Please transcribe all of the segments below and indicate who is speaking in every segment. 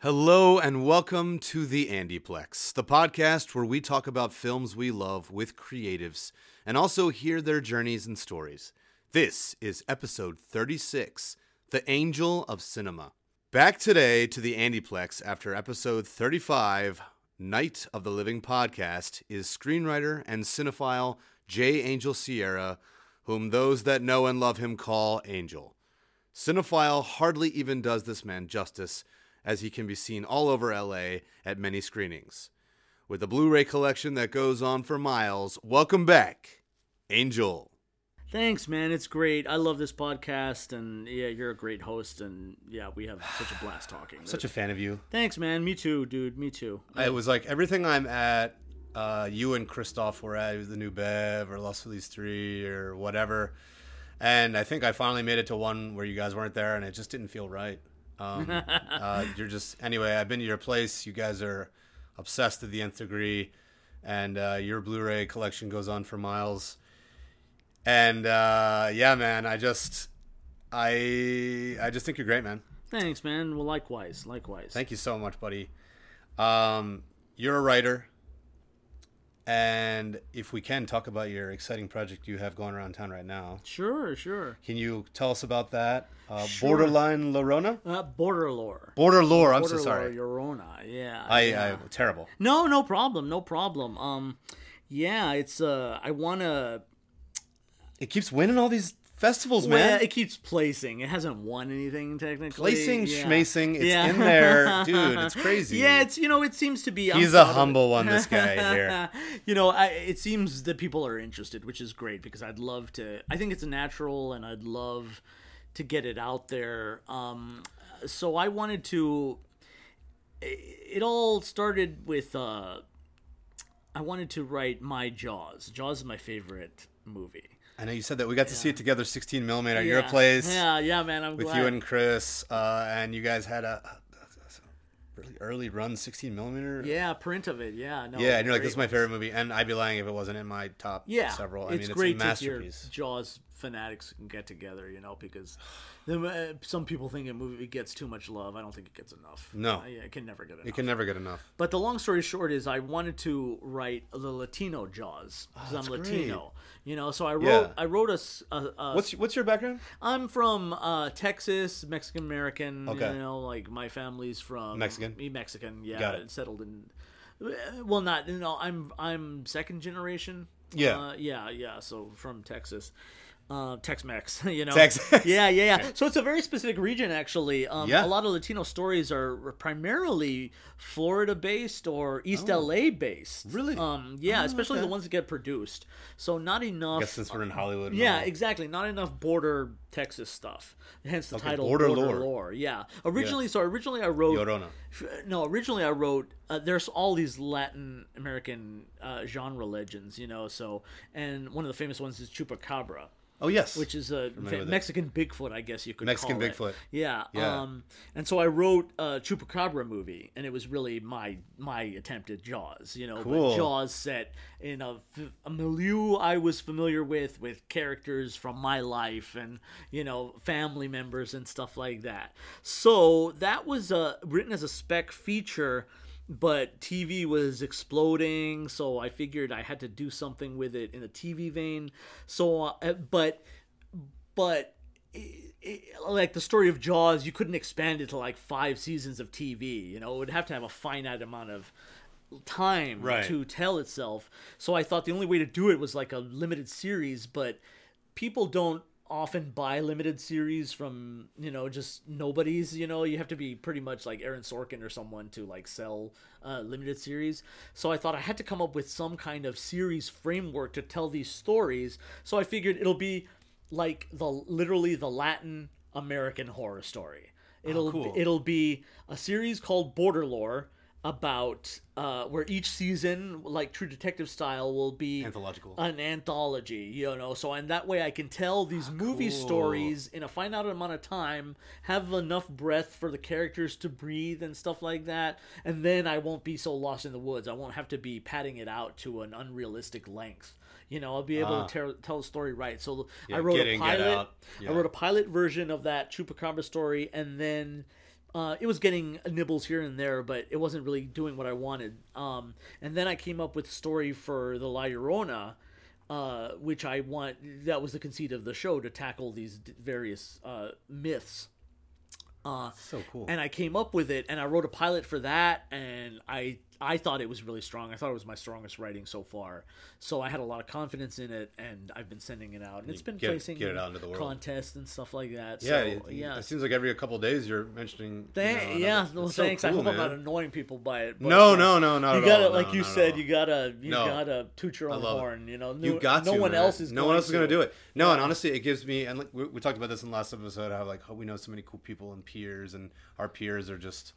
Speaker 1: Hello and welcome to the Andyplex, the podcast where we talk about films we love with creatives and also hear their journeys and stories. This is episode 36, The Angel of Cinema. Back today to the Andyplex after episode 35, Night of the Living podcast, is screenwriter and cinephile J. Angel Sierra, whom those that know and love him call Angel. Cinephile hardly even does this man justice, as he can be seen all over LA at many screenings. With a Blu ray collection that goes on for miles, welcome back, Angel.
Speaker 2: Thanks, man. It's great. I love this podcast, and yeah, you're a great host, and yeah, we have such a blast talking.
Speaker 1: Such a fan of you.
Speaker 2: Thanks, man. Me too, dude. Me too.
Speaker 1: It was like everything I'm at, uh, you and Christoph were at, it was the new Bev or Lust for These Three or whatever. And I think I finally made it to one where you guys weren't there, and it just didn't feel right. Um, uh, you're just anyway. I've been to your place. You guys are obsessed to the nth degree, and uh, your Blu-ray collection goes on for miles. And uh, yeah, man, I just, I, I just think you're great, man.
Speaker 2: Thanks, man. Well, likewise, likewise.
Speaker 1: Thank you so much, buddy. Um, you're a writer, and if we can talk about your exciting project you have going around town right now,
Speaker 2: Sure, sure.
Speaker 1: can you tell us about that? Uh,
Speaker 2: Sure.
Speaker 1: Borderline Lorona,
Speaker 2: Uh, border lore.
Speaker 1: Border Lore. I'm
Speaker 2: border
Speaker 1: so sorry.
Speaker 2: lore, Llorona. Yeah.
Speaker 1: I,
Speaker 2: yeah.
Speaker 1: I terrible.
Speaker 2: No, no problem. No problem. Um, yeah, it's uh, I wanna.
Speaker 1: It keeps winning all these festivals,
Speaker 2: Well,
Speaker 1: man.
Speaker 2: it keeps placing. It hasn't won anything technically.
Speaker 1: Placing,
Speaker 2: yeah.
Speaker 1: schmacing, it's in there. Dude, it's crazy.
Speaker 2: Yeah, it's you know, it seems to be. I'm
Speaker 1: He's
Speaker 2: proud
Speaker 1: a
Speaker 2: of it.
Speaker 1: humble one, this guy here.
Speaker 2: you know, I, it seems that people are interested, which is great because I'd love to. I think it's natural, and I'd love to get it out there. Um, so I wanted to. It all started with. Uh, I wanted to write my Jaws. Jaws is my favorite movie.
Speaker 1: I know you said that we got to see it together, 16 millimeter at your
Speaker 2: Yeah.
Speaker 1: place
Speaker 2: Yeah, yeah, man. I'm
Speaker 1: with
Speaker 2: glad.
Speaker 1: you and Chris, uh, and you guys had a, a really early run 16 millimeter.
Speaker 2: yeah, print of it. Yeah, no.
Speaker 1: Yeah, and you're like,
Speaker 2: great
Speaker 1: this is my
Speaker 2: one.
Speaker 1: favorite movie, and I'd be lying if it wasn't in my top
Speaker 2: yeah,
Speaker 1: several. I
Speaker 2: it's
Speaker 1: mean, it's
Speaker 2: great
Speaker 1: a masterpiece.
Speaker 2: To hear Jaws fanatics can get together, you know, because the, uh, some people think a movie gets too much love. I don't think it gets enough.
Speaker 1: No.
Speaker 2: Uh, yeah, it can never get enough.
Speaker 1: It can never get enough.
Speaker 2: But the long story short is, I wanted to write the Latino Jaws because I'm
Speaker 1: Ah, that's
Speaker 2: Latino, you know. So I wrote,
Speaker 1: Yeah.
Speaker 2: I wrote a, s- a- a
Speaker 1: What's what's your background?
Speaker 2: I'm from uh, Texas, Mexican American.
Speaker 1: Okay.
Speaker 2: You know, like my family's from
Speaker 1: Mexican?
Speaker 2: Me Mexican, yeah.
Speaker 1: Got it.
Speaker 2: Settled in. uh, Well, not you know. I'm I'm second generation.
Speaker 1: Yeah.
Speaker 2: uh, yeah, yeah. So from Texas, uh, Tex-Mex. You know,
Speaker 1: Texas.
Speaker 2: Yeah, yeah, yeah. So it's a very specific region, actually. Um,
Speaker 1: Yeah.
Speaker 2: A lot of Latino stories are primarily Florida-based or East LA-based.
Speaker 1: Oh. Really?
Speaker 2: Um, yeah,
Speaker 1: Oh,
Speaker 2: especially
Speaker 1: okay.
Speaker 2: the ones that get produced. So not enough.
Speaker 1: I guess since we're in Hollywood. and
Speaker 2: Yeah,
Speaker 1: all.
Speaker 2: exactly. Not enough border Texas stuff. Hence the
Speaker 1: Okay,
Speaker 2: title
Speaker 1: border
Speaker 2: Border,
Speaker 1: lore.
Speaker 2: lore. Yeah. Originally, so originally I wrote.
Speaker 1: Llorona.
Speaker 2: f- No, originally I wrote. Uh, there's all these Latin American uh, genre legends, you know. So, and one of the famous ones is chupacabra,
Speaker 1: Oh yes.
Speaker 2: which is a
Speaker 1: Familiar
Speaker 2: fa-
Speaker 1: with it.
Speaker 2: Mexican Bigfoot, I guess you could
Speaker 1: Mexican
Speaker 2: call it.
Speaker 1: Bigfoot.
Speaker 2: Yeah.
Speaker 1: Yeah.
Speaker 2: Um, and so I wrote a chupacabra movie, and it was really my my attempt at Jaws, you know. but
Speaker 1: Cool.
Speaker 2: Jaws set in a, f- a milieu I was familiar with, with characters from my life and, you know, family members and stuff like that. So that was uh, written as a spec feature, but TV was exploding. So I figured I had to do something with it in the TV vein. So, uh, but, but. It, it, like the story of Jaws, you couldn't expand it to like five seasons of TV. You know, it would have to have a finite amount of time
Speaker 1: Right.
Speaker 2: to tell itself. So I thought the only way to do it was like a limited series, but people don't often buy limited series from, you know, just nobodies, you know, you have to be pretty much like Aaron Sorkin or someone to like sell uh, limited series. So I thought I had to come up with some kind of series framework to tell these stories. So I figured it'll be like the literally the Latin American horror story. It'll
Speaker 1: Oh, cool.
Speaker 2: it'll be a series called Border Lore about uh, where each season, like True Detective style, will be
Speaker 1: Anthological.
Speaker 2: an anthology. You know, so and that way I can tell these movie
Speaker 1: Ah, cool.
Speaker 2: stories in a finite amount of time, have enough breath for the characters to breathe and stuff like that, and then I won't be so lost in the woods. I won't have to be padding it out to an unrealistic length. You know, I'll be able
Speaker 1: Ah.
Speaker 2: to tell tell a story right. So
Speaker 1: Yeah,
Speaker 2: I wrote
Speaker 1: get
Speaker 2: a
Speaker 1: in, get
Speaker 2: pilot.
Speaker 1: out. Yeah.
Speaker 2: I wrote a pilot version of that Chupacabra story, and then uh, it was getting nibbles here and there, but it wasn't really doing what I wanted. Um, and then I came up with a story for the La Llorona, uh, which I want. That was the conceit of the show to tackle these d- various uh, myths. Uh,
Speaker 1: So cool.
Speaker 2: and I came up with it, and I wrote a pilot for that, and I I thought it was really strong. I thought it was my strongest writing so far, so I had a lot of confidence in it, and I've been sending it out, and it's been
Speaker 1: get-
Speaker 2: placing
Speaker 1: get it
Speaker 2: in
Speaker 1: out into the world.
Speaker 2: contests and stuff like that.
Speaker 1: yeah,
Speaker 2: so,
Speaker 1: it,
Speaker 2: yeah,
Speaker 1: it seems like every couple of days you're mentioning. you
Speaker 2: Thank,
Speaker 1: know, another-
Speaker 2: yeah, well,
Speaker 1: it's so
Speaker 2: thanks. I
Speaker 1: cool,
Speaker 2: hope I'm
Speaker 1: man.
Speaker 2: not annoying people by it. but,
Speaker 1: No,
Speaker 2: uh,
Speaker 1: no, no, not
Speaker 2: You
Speaker 1: at
Speaker 2: gotta,
Speaker 1: all. No,
Speaker 2: like you
Speaker 1: not at
Speaker 2: said,
Speaker 1: all.
Speaker 2: you gotta, you
Speaker 1: No.
Speaker 2: gotta toot your
Speaker 1: I
Speaker 2: own
Speaker 1: love it.
Speaker 2: horn. You know,
Speaker 1: You
Speaker 2: no-
Speaker 1: got
Speaker 2: no
Speaker 1: to,
Speaker 2: one
Speaker 1: man.
Speaker 2: else is.
Speaker 1: no
Speaker 2: going
Speaker 1: one else is
Speaker 2: to.
Speaker 1: going to do it. No, and honestly, it gives me and like, we, we talked about this in the last episode how like how we know so many cool people and peers, and our peers are just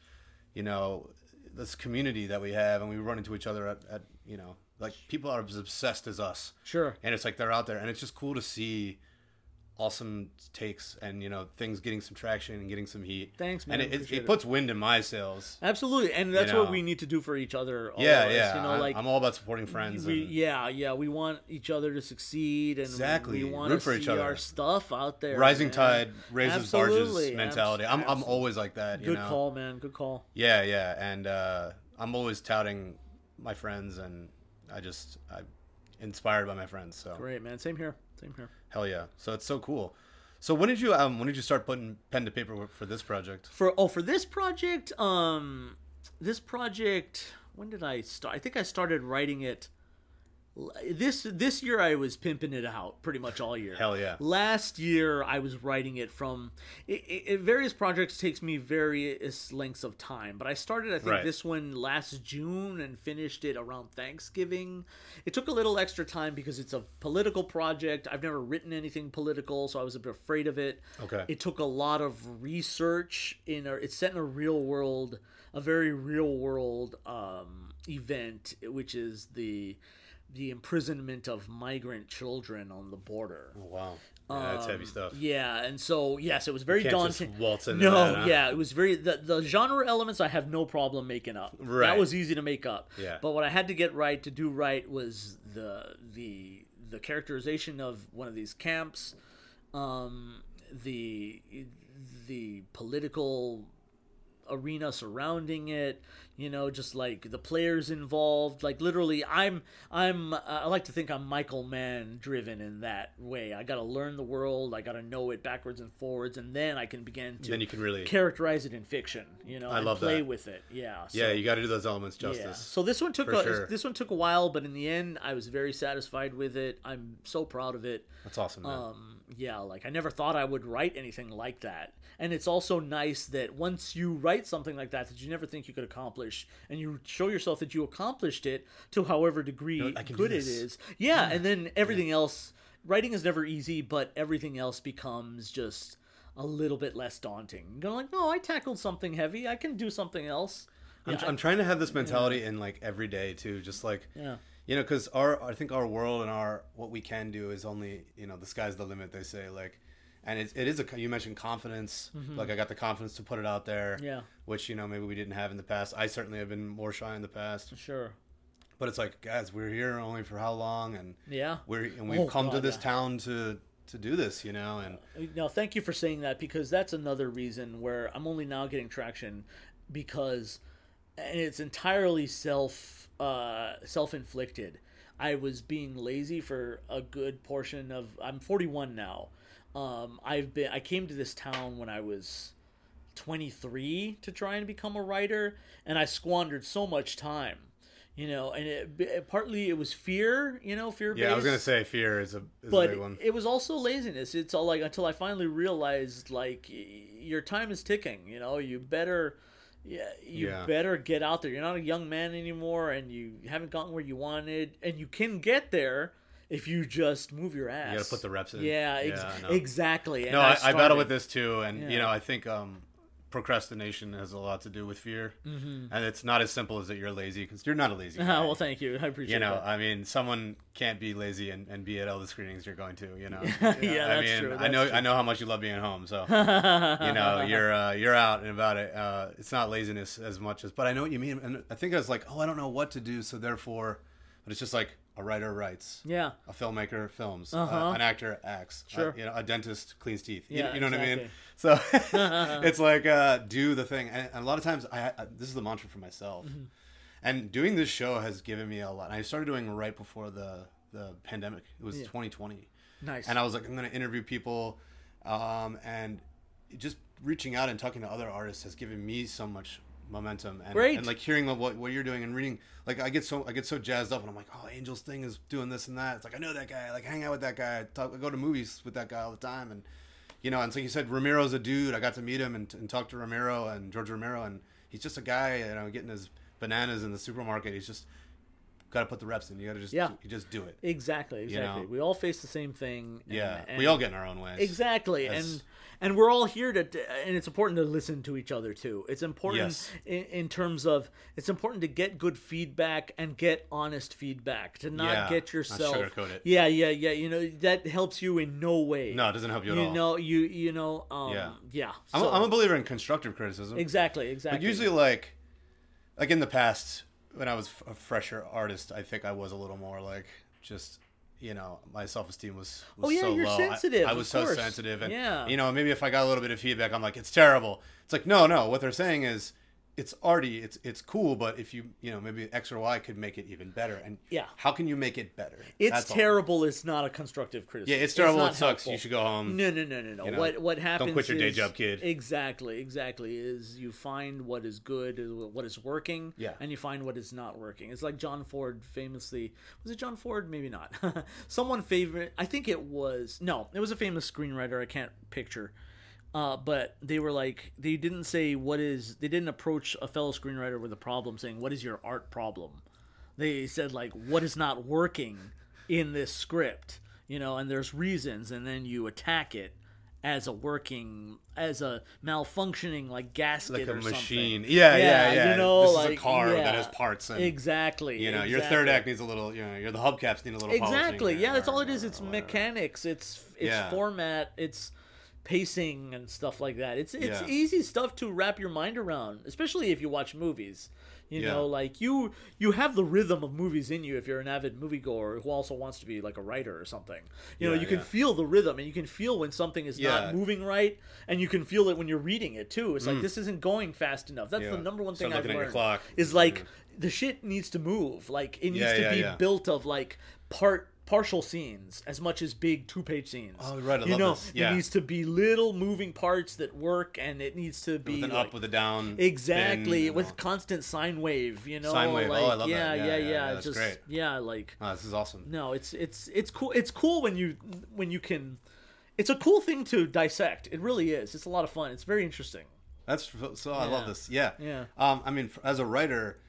Speaker 1: you know this community that we have, and we run into each other at, at you know like people are as obsessed as us,
Speaker 2: Sure.
Speaker 1: and it's like they're out there, and it's just cool to see awesome takes and you know things getting some traction and getting some heat.
Speaker 2: Thanks, man.
Speaker 1: And it, it,
Speaker 2: Appreciate
Speaker 1: it
Speaker 2: it.
Speaker 1: puts wind in my sails.
Speaker 2: Absolutely, and that's what
Speaker 1: know.
Speaker 2: we need to do for each other. Always,
Speaker 1: Yeah, yeah.
Speaker 2: You know,
Speaker 1: I'm,
Speaker 2: like
Speaker 1: I'm all about supporting friends.
Speaker 2: we,
Speaker 1: and-
Speaker 2: yeah, yeah. We want each other to succeed, and
Speaker 1: Exactly.
Speaker 2: we want to
Speaker 1: Root for
Speaker 2: see
Speaker 1: each other.
Speaker 2: our stuff out there.
Speaker 1: Rising
Speaker 2: man.
Speaker 1: tide raises
Speaker 2: Absolutely.
Speaker 1: barges
Speaker 2: Abs-
Speaker 1: mentality. I'm, I'm
Speaker 2: abs-
Speaker 1: always like that. You
Speaker 2: Good
Speaker 1: know?
Speaker 2: call, man. Good call.
Speaker 1: Yeah, yeah, and uh, I'm always touting my friends, and I just I'm inspired by my friends. So
Speaker 2: Great, man. Same here. Same here.
Speaker 1: hell yeah, so it's so cool. So when did you um when did you start putting pen to paper for this project?
Speaker 2: for oh for this project um this project when did i start i think i started writing it l- this this year i was pimping it out pretty much all year
Speaker 1: Hell yeah.
Speaker 2: last year i was writing it from it, it, it- various projects takes me various lengths of time but i started i think
Speaker 1: Right.
Speaker 2: this one last june and finished it around thanksgiving it took a little extra time because it's a political project i've never written anything political so i was a bit afraid of it
Speaker 1: Okay.
Speaker 2: it took a lot of research in a, it's set in a real world a very real world um, event which is the the imprisonment of migrant children on the border
Speaker 1: Oh, Wow, yeah, that's heavy
Speaker 2: Um,
Speaker 1: stuff.
Speaker 2: yeah and so yes it was very
Speaker 1: Can't just
Speaker 2: daunting
Speaker 1: waltz into
Speaker 2: no
Speaker 1: that, huh?
Speaker 2: yeah it was very the, the genre elements i have no problem making up
Speaker 1: Right.
Speaker 2: that was easy to make up
Speaker 1: Yeah.
Speaker 2: but what i had to get right to do right was the the the characterization of one of these camps um, the the political arena surrounding it you know just like the players involved like literally i'm i'm uh, i like to think i'm michael mann driven in that way i gotta learn the world i gotta know it backwards and forwards and then i can begin to
Speaker 1: Then you can really
Speaker 2: characterize it in fiction you know
Speaker 1: I
Speaker 2: and
Speaker 1: love
Speaker 2: play
Speaker 1: that.
Speaker 2: with it yeah so-
Speaker 1: yeah, you got to do those elements
Speaker 2: yeah.
Speaker 1: justice.
Speaker 2: So this one took
Speaker 1: For
Speaker 2: a,
Speaker 1: sure.
Speaker 2: this one took a while, but in the end, I was very satisfied with it. I'm so proud of it.
Speaker 1: That's awesome. Man.
Speaker 2: Um, yeah, like I never thought I would write anything like that. And it's also nice that once you write something like that that you never think you could accomplish, and you show yourself that you accomplished it to however degree
Speaker 1: I can do
Speaker 2: good it
Speaker 1: this.
Speaker 2: is. Yeah, and then everything else. Writing is never easy, but everything else becomes just a little bit less daunting. You're like, no, I tackled something heavy. I can do something else.
Speaker 1: I'm, I'm trying to have this mentality in like every day too, just like
Speaker 2: Yeah.
Speaker 1: you know, because our I think our world and our what we can do is only you know the sky's the limit. They say like, and it's, it is a you mentioned confidence. Like I got the confidence to put it out there.
Speaker 2: Mm-hmm. Yeah.
Speaker 1: which you know maybe we didn't have in the past. I certainly have been more shy in the past.
Speaker 2: Sure.
Speaker 1: But it's like guys, we're here only for how long, and
Speaker 2: Yeah.
Speaker 1: we're and we've
Speaker 2: Oh,
Speaker 1: come to
Speaker 2: God,
Speaker 1: this
Speaker 2: yeah.
Speaker 1: town to to do this, you know, and
Speaker 2: No, thank you for saying that because that's another reason where I'm only now getting traction because and it's entirely self uh self-inflicted. I was being lazy for a good portion of I'm 41 now. Um I've been I came to this town when I was 23 to try and become a writer and i squandered so much time you know and it, b- partly it was fear you know fear
Speaker 1: yeah, I was gonna say fear is a is a
Speaker 2: but
Speaker 1: big one.
Speaker 2: it was also laziness it's all like until i finally realized like y- your time is ticking you know you better yeah, you
Speaker 1: Yeah.
Speaker 2: better get out there. You're not a young man anymore, and you haven't gotten where you wanted, and you can get there if you just move your ass.
Speaker 1: gotta put the reps in.
Speaker 2: Yeah, ex-
Speaker 1: Yeah, I know.
Speaker 2: exactly. And
Speaker 1: no, I, I battle
Speaker 2: started.
Speaker 1: with this too, and you
Speaker 2: Yeah.
Speaker 1: know, I think um, procrastination has a lot to do with fear, mm-hmm. and it's not as simple as that you're lazy because you're not a lazy. guy.
Speaker 2: well, thank you. I appreciate
Speaker 1: you know,
Speaker 2: that.
Speaker 1: I mean, someone can't be lazy and, and be at all the screenings you're going to. You know,
Speaker 2: Yeah,
Speaker 1: I
Speaker 2: that's
Speaker 1: mean,
Speaker 2: true,
Speaker 1: I
Speaker 2: that's
Speaker 1: know,
Speaker 2: true.
Speaker 1: I know how much you love being home, so you know, you're uh, you're out and about it. Uh, it's not laziness as much as, but I know what you mean, and I think I was like, oh, I don't know what to do, so therefore, but it's just like a writer writes.
Speaker 2: Yeah.
Speaker 1: A filmmaker films. uh,
Speaker 2: Uh-huh.
Speaker 1: an actor acts. uh,
Speaker 2: Sure.
Speaker 1: you know, a dentist cleans teeth. You-
Speaker 2: Yeah,
Speaker 1: you, know what I mean? So it's like uh, do the thing. And, and a lot of times, I, I this is the mantra for myself.
Speaker 2: Mm-hmm.
Speaker 1: And doing this show has given me a lot. I started doing right before the the pandemic. It was 2020.
Speaker 2: Nice.
Speaker 1: And I was like, I'm going to interview people, um, and just reaching out and talking to other artists has given me so much momentum. And,
Speaker 2: Great.
Speaker 1: and like hearing of what, what you're doing and reading, like I get so I get so jazzed up, and I'm like, oh, Angel's thing is doing this and that. It's like I know that guy. I, Like hang out with that guy. I, talk, I go to movies with that guy all the time, and you know, and so you said Romero's a dude. I got to meet him and, and talk to Romero and George Romero, and he's just a guy. You know, getting his bananas in the supermarket. He's just got to put the reps in. You got to just
Speaker 2: Yeah.
Speaker 1: you just do it.
Speaker 2: Exactly. Exactly.
Speaker 1: know.
Speaker 2: We all face the same thing. and-
Speaker 1: Yeah,
Speaker 2: and-
Speaker 1: we all get in our own ways.
Speaker 2: Exactly,
Speaker 1: That's-
Speaker 2: and and we're all here to, and it's important to listen to each other too. It's important
Speaker 1: Yes.
Speaker 2: in, in terms of it's important to get good feedback and get honest feedback. To not
Speaker 1: Yeah,
Speaker 2: get
Speaker 1: not
Speaker 2: yourself,
Speaker 1: sugarcoat it.
Speaker 2: yeah, yeah, yeah. You know that helps you in no way.
Speaker 1: No, it doesn't help you at
Speaker 2: you
Speaker 1: all.
Speaker 2: know you you know um, yeah
Speaker 1: Yeah.
Speaker 2: yeah.
Speaker 1: I'm,
Speaker 2: so-
Speaker 1: a, I'm a believer in constructive criticism.
Speaker 2: exactly exactly.
Speaker 1: Like usually, like like in the past, when I was f- a fresher artist, I think I was a little more like just you know my self esteem was, was
Speaker 2: Oh, yeah,
Speaker 1: so
Speaker 2: you're
Speaker 1: low. I-
Speaker 2: sensitive,
Speaker 1: I,
Speaker 2: of
Speaker 1: was so
Speaker 2: course.
Speaker 1: sensitive, and
Speaker 2: Yeah.
Speaker 1: you know maybe if I got a little bit of feedback, I'm like it's terrible. It's like no, no. What they're saying is it's already it's it's cool, but if you you know maybe X or Y could make it even better, and
Speaker 2: Yeah.
Speaker 1: how can you make it better?
Speaker 2: it's
Speaker 1: That's all.
Speaker 2: terrible. It's not a constructive criticism.
Speaker 1: Yeah, it's terrible.
Speaker 2: not
Speaker 1: it sucks.
Speaker 2: helpful.
Speaker 1: You should go home.
Speaker 2: No, no, no, no, no.
Speaker 1: Um, know,
Speaker 2: what what happens?
Speaker 1: quit your day
Speaker 2: is-
Speaker 1: job, kid.
Speaker 2: Exactly, exactly. Is you find what is good, is what is working,
Speaker 1: Yeah.
Speaker 2: and you find what is not working. It's like John Ford famously was it John Ford? Maybe not. Someone favorite. I think it was no. It was a famous screenwriter. I can't picture. Uh, but they were like they didn't say what is they didn't approach a fellow screenwriter with a problem saying what is your art problem they said like what is not working in this script you know and there's reasons and then you attack it as a working as a malfunctioning like gasket
Speaker 1: like a
Speaker 2: or
Speaker 1: machine.
Speaker 2: something
Speaker 1: Yeah, yeah, yeah.
Speaker 2: you know
Speaker 1: this
Speaker 2: like
Speaker 1: is a car
Speaker 2: yeah.
Speaker 1: that has parts, and
Speaker 2: exactly
Speaker 1: you know your
Speaker 2: exactly.
Speaker 1: third act needs a little. You know your the hubcaps need a little.
Speaker 2: exactly
Speaker 1: polishing
Speaker 2: yeah
Speaker 1: or-
Speaker 2: that's all it
Speaker 1: or-
Speaker 2: is it's
Speaker 1: or Oh, whatever.
Speaker 2: mechanics it's it's
Speaker 1: Yeah.
Speaker 2: format it's pacing and stuff like that it's it's
Speaker 1: Yeah.
Speaker 2: easy stuff to wrap your mind around especially if you watch movies you
Speaker 1: Yeah.
Speaker 2: know like you you have the rhythm of movies in you if you're an avid moviegoer who also wants to be like a writer or something you know
Speaker 1: Yeah,
Speaker 2: you can
Speaker 1: yeah.
Speaker 2: feel the rhythm and you can feel when something is
Speaker 1: Yeah. Mm.
Speaker 2: not moving right and you can feel it when you're reading it too it's like this isn't going fast enough that's the
Speaker 1: Yeah.
Speaker 2: number one
Speaker 1: Start
Speaker 2: thing i've
Speaker 1: looking at your
Speaker 2: learned
Speaker 1: clock.
Speaker 2: is like the shit needs to move like it needs
Speaker 1: Yeah,
Speaker 2: to
Speaker 1: yeah,
Speaker 2: be
Speaker 1: yeah.
Speaker 2: built of like part partial scenes as much as big two page scenes.
Speaker 1: Oh, right, I
Speaker 2: you
Speaker 1: love
Speaker 2: know,
Speaker 1: this. Yeah.
Speaker 2: it needs to be little moving parts that work, and it needs to be
Speaker 1: With an
Speaker 2: like-
Speaker 1: up, with a down.
Speaker 2: exactly
Speaker 1: thin,
Speaker 2: with
Speaker 1: you know.
Speaker 2: constant sine wave. You know,
Speaker 1: Sine wave. Oh,
Speaker 2: Like,
Speaker 1: I love that.
Speaker 2: yeah,
Speaker 1: Yeah,
Speaker 2: yeah,
Speaker 1: yeah, yeah, that's
Speaker 2: just
Speaker 1: great.
Speaker 2: yeah, like
Speaker 1: Oh, this is awesome.
Speaker 2: no, it's it's it's cool. It's cool when you when you can. It's a cool thing to dissect. It really is. It's a lot of fun. It's very interesting.
Speaker 1: That's so. so I
Speaker 2: Yeah.
Speaker 1: love this. Yeah.
Speaker 2: Yeah.
Speaker 1: Um, I mean, f- as a writer,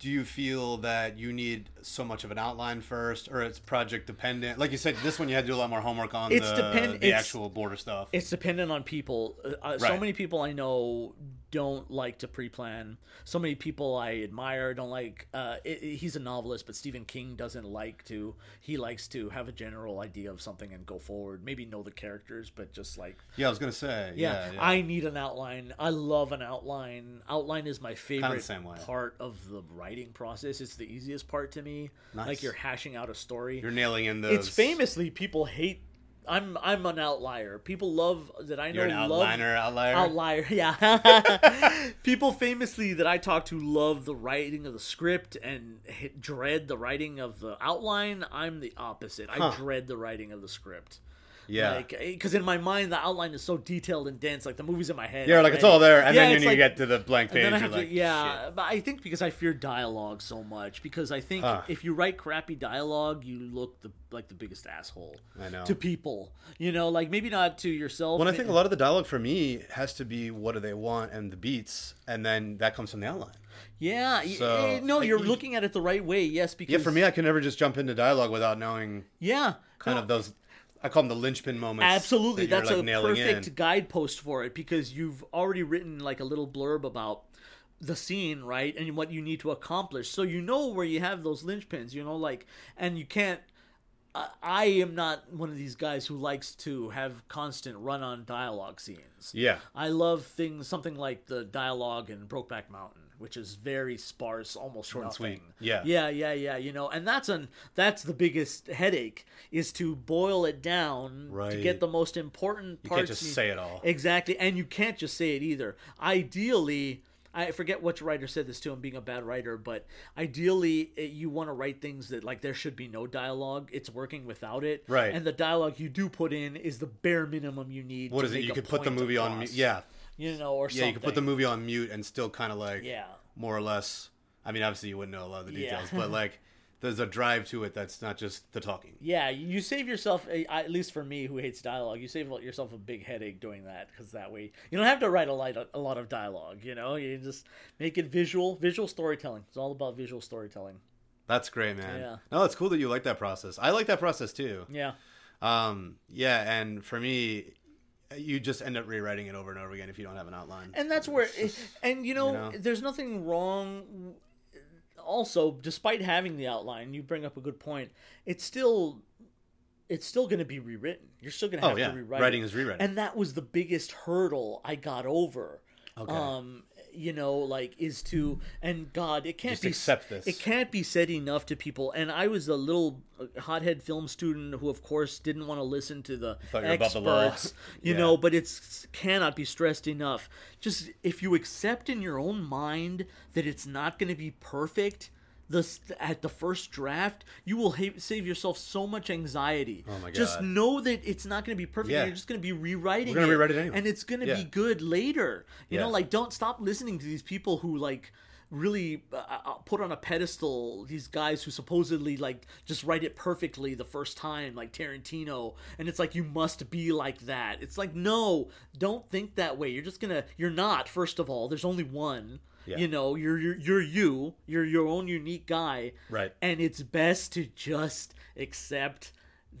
Speaker 1: do you feel that you need so much of an outline first, or it's project dependent? Like you said, this one you had to do a lot more homework on
Speaker 2: It's
Speaker 1: the,
Speaker 2: depend-
Speaker 1: the
Speaker 2: it's-
Speaker 1: actual border stuff.
Speaker 2: It's dependent on people. Uh, Uh, So
Speaker 1: Right.
Speaker 2: many people I know don't like to pre-plan. So many people I admire don't like. Uh, i i- he's a novelist, but Stephen King doesn't like to. He likes to have a general idea of something and go forward. Maybe know the characters, but just like
Speaker 1: yeah, I was gonna say.
Speaker 2: yeah,
Speaker 1: Yeah.
Speaker 2: I need an outline. I love an outline. Outline is my favorite
Speaker 1: same way.
Speaker 2: part of the writing process. It's the easiest part to me. Like
Speaker 1: Nice.
Speaker 2: you're hashing out a story
Speaker 1: You're nailing in those.
Speaker 2: it's famously people hate I'm I'm an outlier. People love that I know
Speaker 1: You're an
Speaker 2: love
Speaker 1: outliner, outlier.
Speaker 2: outlier. Yeah, people famously that I talk to love the writing of the script and hit, dread the writing of the outline. I'm the opposite. I dread the writing of the script.
Speaker 1: yeah.
Speaker 2: because in my mind the outline is so detailed and dense. Like the movie's in my head.
Speaker 1: Yeah, like it's all there, and
Speaker 2: Yeah,
Speaker 1: then you
Speaker 2: it's
Speaker 1: need
Speaker 2: like-
Speaker 1: to get to the blank page.
Speaker 2: and then I
Speaker 1: you're
Speaker 2: have
Speaker 1: like,
Speaker 2: to, yeah,
Speaker 1: shit.
Speaker 2: but I think because I fear dialogue so much because I think
Speaker 1: Huh.
Speaker 2: if you write crappy dialogue, you look the like the biggest asshole
Speaker 1: I know.
Speaker 2: to people. You know, like maybe not to yourself.
Speaker 1: Well, and I think a lot of the dialogue for me has to be what do they want and the beats, and then that comes from the outline.
Speaker 2: Yeah, y-
Speaker 1: So-
Speaker 2: eh, no, you're
Speaker 1: you-
Speaker 2: looking at it the right way. Yes, because
Speaker 1: Yeah, for me, I can never just jump into dialogue without knowing
Speaker 2: yeah,
Speaker 1: kind
Speaker 2: no,
Speaker 1: of those. I call them the linchpin moments.
Speaker 2: Oh. Absolutely,
Speaker 1: that you're,
Speaker 2: that's
Speaker 1: like,
Speaker 2: a
Speaker 1: nailing
Speaker 2: perfect
Speaker 1: in.
Speaker 2: guidepost for it because you've already written like a little blurb about the scene, right, and what you need to accomplish. So you know where you have those linchpins, you know, like, and you can't I, I am not one of these guys who likes to have constant run-on dialogue scenes.
Speaker 1: Yeah.
Speaker 2: I love things something like the dialogue in Brokeback Mountain, which is very sparse, almost short
Speaker 1: and
Speaker 2: nothing.
Speaker 1: sweet. Yeah.
Speaker 2: yeah, yeah, yeah. You know, and that's an that's the biggest headache is to boil it down to
Speaker 1: Right.
Speaker 2: get the most important
Speaker 1: You
Speaker 2: parts.
Speaker 1: can't just say it all.
Speaker 2: Exactly, and you can't just say it either. Ideally, I forget which writer said this too. I'm being a bad writer, but ideally, it, you want to write things that like there should be no dialogue. It's working without it,
Speaker 1: Right.
Speaker 2: And the dialogue you do put in is the bare minimum you need.
Speaker 1: What
Speaker 2: to
Speaker 1: is it?
Speaker 2: make
Speaker 1: You
Speaker 2: a
Speaker 1: could put the
Speaker 2: point
Speaker 1: movie on
Speaker 2: across,
Speaker 1: mute. Yeah.
Speaker 2: you know, or
Speaker 1: Yeah,
Speaker 2: something.
Speaker 1: you could put the movie on mute and still kind of like
Speaker 2: Yeah.
Speaker 1: more or less. I mean, obviously you wouldn't know a lot of the
Speaker 2: Yeah.
Speaker 1: details, but like there's a drive to it that's not just the talking.
Speaker 2: Yeah, you save yourself. eh, I- At least for me, who hates dialogue, you save yourself a big headache doing that because that way you don't have to write a lot, a lot of dialogue. You know, you just make it visual. Visual storytelling. It's all about visual storytelling.
Speaker 1: That's great, man.
Speaker 2: Yeah.
Speaker 1: No, it's cool that you like that process. I like that process too.
Speaker 2: Yeah.
Speaker 1: Um, yeah, and for me, you just end up rewriting it over and over again if you don't have an outline.
Speaker 2: and that's where and you know,
Speaker 1: know?
Speaker 2: there's nothing wrong also despite having the outline you bring up a good point it's still it's still going to be rewritten you're still going to
Speaker 1: Oh,
Speaker 2: have
Speaker 1: yeah.
Speaker 2: to rewrite
Speaker 1: Writing
Speaker 2: it.
Speaker 1: is rewriting.
Speaker 2: and that was the biggest hurdle i got over
Speaker 1: Okay.
Speaker 2: um you know like is to and god it can't
Speaker 1: Just
Speaker 2: be
Speaker 1: accept this.
Speaker 2: it can't be said enough to people and i was a little uh, hothead film student who of course didn't want to listen to the
Speaker 1: thought you were above
Speaker 2: experts
Speaker 1: the law.
Speaker 2: you
Speaker 1: Yeah.
Speaker 2: know but it's cannot be stressed enough just if you accept in your own mind that it's not going to be perfect this at the first draft you will ha- save yourself so much anxiety
Speaker 1: Oh my
Speaker 2: just
Speaker 1: God.
Speaker 2: know that it's not going to be perfect
Speaker 1: Yeah.
Speaker 2: you're just going to be rewriting
Speaker 1: We're gonna
Speaker 2: it,
Speaker 1: rewrite it anyway.
Speaker 2: and it's going to
Speaker 1: Yeah.
Speaker 2: be good later you know
Speaker 1: Yeah.
Speaker 2: like don't stop listening to these people who like really uh, uh, put on a pedestal these guys who supposedly like just write it perfectly the first time like Tarantino and it's like you must be like that it's like no don't think that way you're just going to you're not first of all there's only one
Speaker 1: Yeah.
Speaker 2: you know you're, you're you're you you're your own unique guy
Speaker 1: Right.
Speaker 2: and it's best to just accept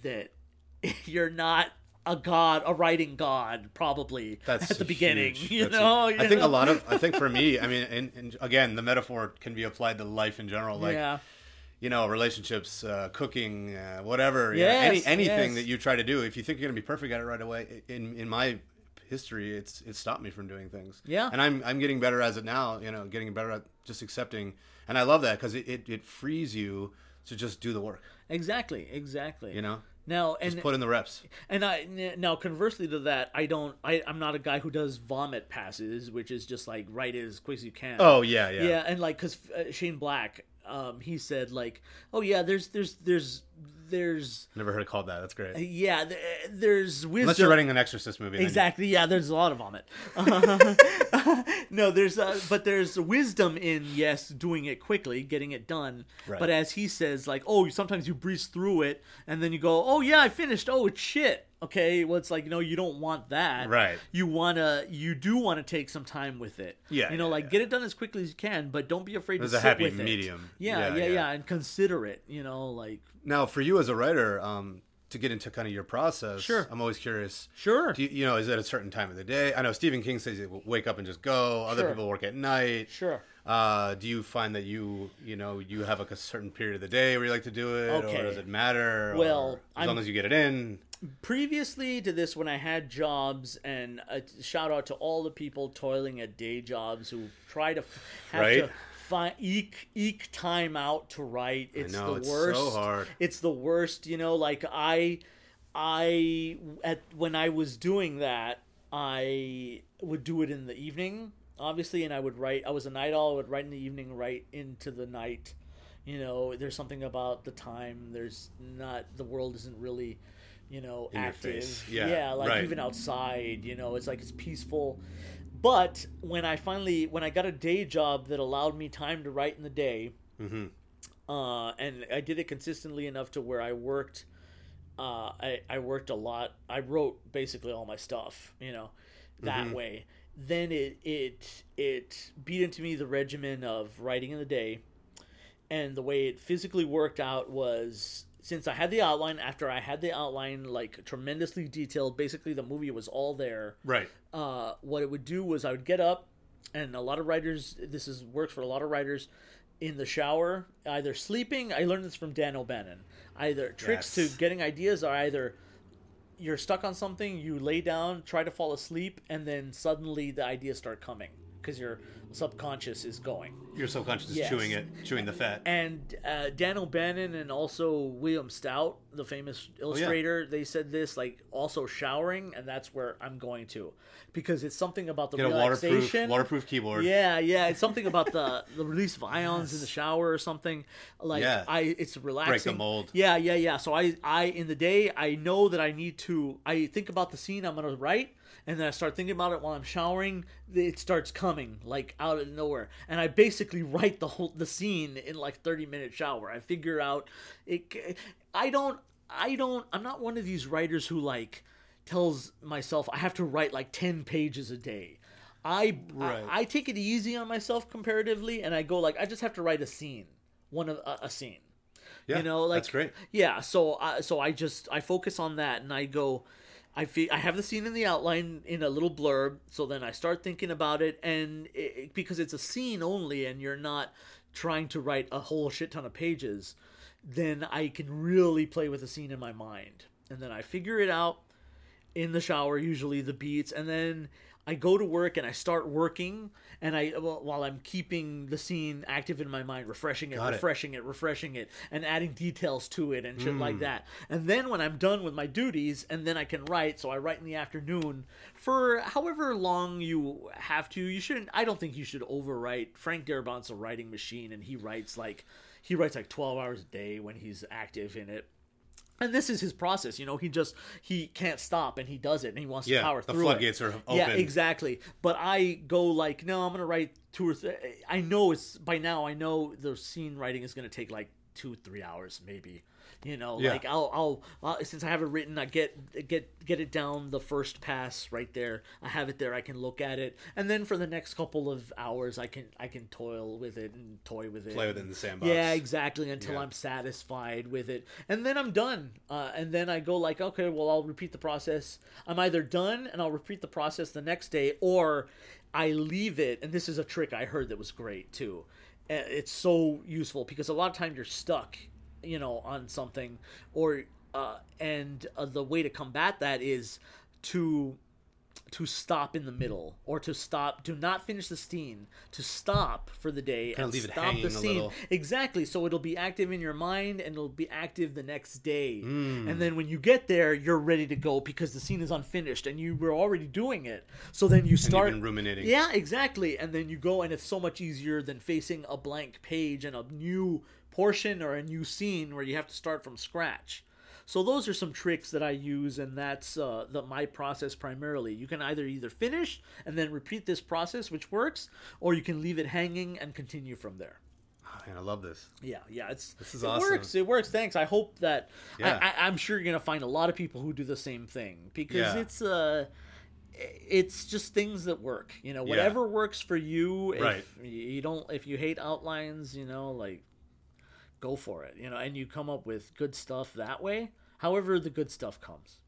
Speaker 2: that you're not a god, a writing god, probably
Speaker 1: that's
Speaker 2: at the beginning.
Speaker 1: huge.
Speaker 2: You
Speaker 1: That's
Speaker 2: know,
Speaker 1: huge.
Speaker 2: You
Speaker 1: I think
Speaker 2: know?
Speaker 1: a lot of I think for me, I mean, and, and again, the metaphor can be applied to life in general. Like
Speaker 2: yeah,
Speaker 1: you know, relationships, uh, cooking, uh, whatever. you know, any
Speaker 2: Yes,
Speaker 1: anything
Speaker 2: yes.
Speaker 1: that you try to do, if you think you're gonna be perfect at it right away, i- in in my history, it's it stopped me from doing things.
Speaker 2: Yeah.
Speaker 1: and I'm I'm getting better as it now. You know, getting better at just accepting, and I love that because it, it it frees you to just do the work.
Speaker 2: exactly, exactly.
Speaker 1: You know,
Speaker 2: now
Speaker 1: just
Speaker 2: and
Speaker 1: put in the reps.
Speaker 2: and I n- now conversely to that, I don't. I I'm not a guy who does vomit passes, which is just like write it as quick as you can.
Speaker 1: Oh yeah, yeah.
Speaker 2: yeah, and like because uh, Shane Black, um, he said like, oh yeah, there's there's there's there's
Speaker 1: Never heard it called that. That's great.
Speaker 2: yeah there, there's wisdom.
Speaker 1: Unless you're writing an Exorcist movie. then you-
Speaker 2: Exactly. Yeah, there's a lot of vomit. no, there's uh, but there's wisdom in yes, doing it quickly, getting it done.
Speaker 1: Right.
Speaker 2: But as he says, like, oh, sometimes you breeze through it, and then you go, oh yeah, I finished. Oh, it's shit. Okay, well, it's like no, you don't want that.
Speaker 1: Right.
Speaker 2: You wanna, you do want to take some time with it.
Speaker 1: Yeah,
Speaker 2: You know,
Speaker 1: yeah,
Speaker 2: like
Speaker 1: yeah.
Speaker 2: get it done as quickly as you can, but don't be afraid
Speaker 1: There's
Speaker 2: to
Speaker 1: a
Speaker 2: sit
Speaker 1: happy
Speaker 2: with it.
Speaker 1: medium.
Speaker 2: Yeah,
Speaker 1: Yeah,
Speaker 2: yeah, yeah,
Speaker 1: yeah.
Speaker 2: and consider it. You know, like
Speaker 1: Now, for you as a writer, um, to get into kind of your process,
Speaker 2: Sure.
Speaker 1: I'm always curious.
Speaker 2: Sure.
Speaker 1: Do you, you know, is it a certain time of the day? I know Stephen King says you wake up and just go. Other
Speaker 2: Sure.
Speaker 1: people work at night.
Speaker 2: sure.
Speaker 1: Uh, do you find that you, you know, you have like a certain period of the day where you like to do it,
Speaker 2: Okay.
Speaker 1: or does it matter? or
Speaker 2: Well,
Speaker 1: as
Speaker 2: I'm-
Speaker 1: long as you get it in.
Speaker 2: previously to this when i had jobs and a shout out to all the people toiling at day jobs who try to f- have to
Speaker 1: Right.
Speaker 2: fi- eke eke time out to write it's
Speaker 1: know,
Speaker 2: the
Speaker 1: it's so
Speaker 2: worst
Speaker 1: hard.
Speaker 2: it's the worst you know like i i at when i was doing that i would do it in the evening obviously and i would write i was a night owl i would write in the evening right into the night you know there's something about the time there's not the world isn't really you know
Speaker 1: your
Speaker 2: active
Speaker 1: face. Yeah,
Speaker 2: like
Speaker 1: right.
Speaker 2: even outside you know it's like it's peaceful but when i finally when i got a day job that allowed me time to write in the day
Speaker 1: Mm-hmm.
Speaker 2: uh, and I did it consistently enough to where I worked. Uh, I I worked a lot. I wrote basically all my stuff, you know, that
Speaker 1: Mm-hmm.
Speaker 2: way. Then it it it beat into me the regimen of writing in the day, and the way it physically worked out was since I had the outline. After I had the outline, like tremendously detailed, basically the movie was all there
Speaker 1: Right.
Speaker 2: uh, what it would do was I would get up, and a lot of writers. This is works for a lot of writers. in the shower, either sleeping. I learned this from Dan O'Bannon. Either tricks
Speaker 1: Yes.
Speaker 2: to getting ideas are either you're stuck on something, you lay down, try to fall asleep, and then suddenly the ideas start coming because your subconscious is going.
Speaker 1: Your subconscious is
Speaker 2: Yes.
Speaker 1: chewing it, chewing the fat.
Speaker 2: And uh, Dan O'Bannon and also William Stout, the
Speaker 1: Oh,
Speaker 2: famous illustrator, they said this like also showering, and that's where I'm going to because it's something about the
Speaker 1: Get a waterproof,
Speaker 2: relaxation.
Speaker 1: waterproof keyboard.
Speaker 2: Yeah, yeah. It's something about the the release of ions in the shower or something. Like
Speaker 1: Yeah.
Speaker 2: I, it's relaxing.
Speaker 1: mold.
Speaker 2: Yeah, yeah, yeah. So I, I in the day, I know that I need to. I think about the scene I'm gonna write, and then I start thinking about it while I'm showering. It starts coming like out of nowhere, and I basically write the whole the scene in like 30 minute shower. I figure out it. c- I don't. I don't. I'm not one of these writers who like tells myself I have to write like 10 pages a day. I,
Speaker 1: Right.
Speaker 2: I I take it easy on myself comparatively, and I go like I just have to write a scene, one of a, a scene.
Speaker 1: Yeah,
Speaker 2: you know, like
Speaker 1: that's great.
Speaker 2: Yeah, so I, so I just I focus on that, and I go, I feel I have the scene in the outline in a little blurb, so then I start thinking about it, and it, it- because it's a scene only, and you're not trying to write a whole shit ton of pages, then I can really play with the scene in my mind, and then I figure it out in the shower usually the beats and then i go to work and i start working and i well, while i'm keeping the scene active in my mind refreshing it
Speaker 1: Got it.
Speaker 2: refreshing it. refreshing it and adding details to it and shit like that and then when i'm done with my duties and then i can write so i write in the afternoon for however long you have to you shouldn't i don't think you should overwrite frank darabont's a writing machine and he writes like he writes like 12 hours a day when he's active in it and this is his process you know he just he can't stop and he does it and he wants
Speaker 1: Yeah,
Speaker 2: to power
Speaker 1: the
Speaker 2: through
Speaker 1: floodgates
Speaker 2: it.
Speaker 1: are
Speaker 2: yeah
Speaker 1: open.
Speaker 2: exactly but i go like no i'm gonna write two or three i know it's by now i know the scene writing is gonna take like two three hours maybe you know
Speaker 1: Yeah.
Speaker 2: like I'll, I'll i'll since i have it written i get get get it down the first pass right there i have it there i can look at it and then for the next couple of hours i can i can toil with it and toy with it
Speaker 1: Play with it in the sandbox.
Speaker 2: yeah, exactly. Until
Speaker 1: Yeah.
Speaker 2: I'm satisfied with it, and then I'm done. Uh, and then I go like, okay, well, I'll repeat the process. I'm either done and I'll repeat the process the next day, or I leave it. And this is a trick I heard that was great too. Uh, It's so useful because a lot of time you're stuck, you know, on something, or uh, and uh, the way to combat that is to to stop in the middle or to stop to not finish the scene to stop for the day and
Speaker 1: leave it
Speaker 2: stop
Speaker 1: hanging
Speaker 2: the
Speaker 1: a
Speaker 2: scene
Speaker 1: little.
Speaker 2: exactly so it'll be active in your mind and it'll be active the next day
Speaker 1: Hmm.
Speaker 2: and then when you get there you're ready to go because the scene is unfinished and you were already doing it so then you start
Speaker 1: been ruminating.
Speaker 2: yeah exactly and then you go and it's so much easier than facing a blank page and a new portion or a new scene where you have to start from scratch so those are some tricks that I use, and that's uh, the my process primarily. You can either either finish and then repeat this process, which works, or you can leave it hanging and continue from from there.
Speaker 1: Oh, man, I love this.
Speaker 2: Yeah, yeah, it's this
Speaker 1: is
Speaker 2: it
Speaker 1: awesome.
Speaker 2: works. It works. Thanks. I hope that
Speaker 1: Yeah.
Speaker 2: I, I, I'm sure you're gonna find a lot of people who do the same thing because
Speaker 1: Yeah.
Speaker 2: it's uh it's just things that work. You know, whatever works for you. If
Speaker 1: Right.
Speaker 2: you don't, if you hate outlines, you know, like go for it. You know, and you come up with good stuff that way. However, the good stuff comes.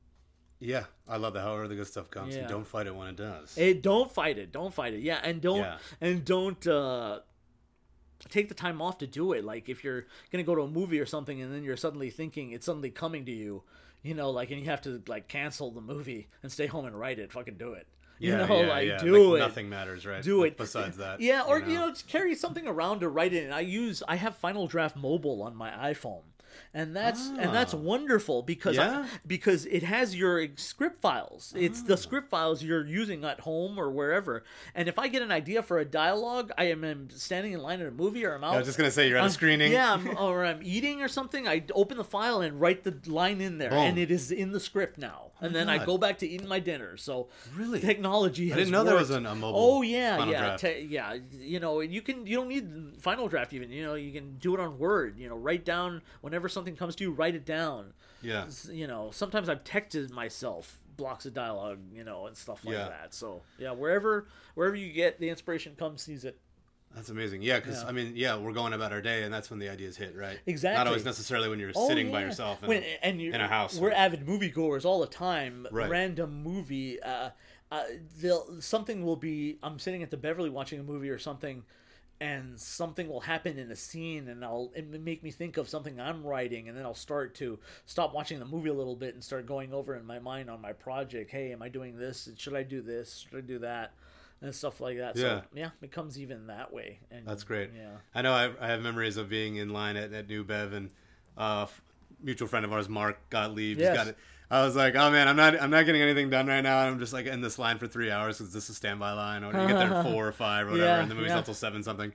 Speaker 1: Yeah, I love that. However, the good stuff comes,
Speaker 2: Yeah.
Speaker 1: and don't fight it when it does.
Speaker 2: It, don't fight it. Don't fight it. Yeah, and don't
Speaker 1: Yeah.
Speaker 2: and don't uh, take the time off to do it. Like if you're gonna go to a movie or something, and then you're suddenly thinking it's suddenly coming to you, you know, like and you have to like cancel the movie and stay home and write it. Fucking do it. You
Speaker 1: yeah,
Speaker 2: know,
Speaker 1: yeah,
Speaker 2: like
Speaker 1: yeah.
Speaker 2: do
Speaker 1: Like,
Speaker 2: it.
Speaker 1: Nothing matters, right?
Speaker 2: Do it.
Speaker 1: Besides that,
Speaker 2: Yeah, or you know, just carry something around to write it. in. I use I have Final Draft Mobile on my iPhone, and that's and that's wonderful because
Speaker 1: Ah.
Speaker 2: I-
Speaker 1: Yeah? Ah.
Speaker 2: because it has your script files. It's the script files you're using at home or wherever. And if I get an idea for a dialogue, I am am standing in line at a movie or I'm out.
Speaker 1: I was just gonna say you're at a
Speaker 2: I'm-
Speaker 1: screening.
Speaker 2: Oh, Yeah, I'm, or I'm eating or something. I open the file and write the line in there, and it is in the script now. And then I
Speaker 1: Oh God.
Speaker 2: go back to eating my dinner. So
Speaker 1: Really?
Speaker 2: technology.
Speaker 1: didn't
Speaker 2: has
Speaker 1: know there was
Speaker 2: worked.
Speaker 1: an- a mobile
Speaker 2: Oh yeah,
Speaker 1: Final
Speaker 2: yeah,
Speaker 1: Draft.
Speaker 2: te- yeah. You know, and you can you don't need Final Draft even. You know, you can do it on Word. You know, write down whenever something comes to you, write it down.
Speaker 1: yeah.
Speaker 2: S- You know, sometimes I've texted myself blocks of dialogue. You know, and stuff like
Speaker 1: Yeah.
Speaker 2: that. So yeah, wherever wherever you get the inspiration, come seize it.
Speaker 1: That's amazing. Yeah, because
Speaker 2: Yeah.
Speaker 1: I mean, yeah, we're going about our day, and that's when the ideas hit, right? Not
Speaker 2: Exactly.
Speaker 1: always necessarily when you're
Speaker 2: Oh,
Speaker 1: sitting by
Speaker 2: yeah.
Speaker 1: yourself in,
Speaker 2: When-
Speaker 1: a,
Speaker 2: and you-
Speaker 1: in a house.
Speaker 2: We're avid moviegoers all the time.
Speaker 1: Right.
Speaker 2: Random movie. Uh, uh, they'll, something will be. I'm sitting at the Beverly watching a movie or something, and something will happen in a scene and I'll it may make me think of something I'm writing and then I'll start to stop watching the movie a little bit and start going over in my mind on my project, hey, am I doing this? Should I do this? Should I do that? And stuff like that. So
Speaker 1: Yeah.
Speaker 2: yeah, it comes even that way. And
Speaker 1: That's great.
Speaker 2: Yeah.
Speaker 1: I know I, I have memories of being in line at, at New Bev and uh, f- mutual friend of ours, Mark Gottlieb, he's
Speaker 2: Yes.
Speaker 1: got it. I was like, oh man, I'm not, I'm not getting anything done right now. I'm just like in this line for three hours because this is a standby line. Or you get there at four or five or whatever,
Speaker 2: Yeah,
Speaker 1: and the movie's
Speaker 2: yeah.
Speaker 1: not till seven something.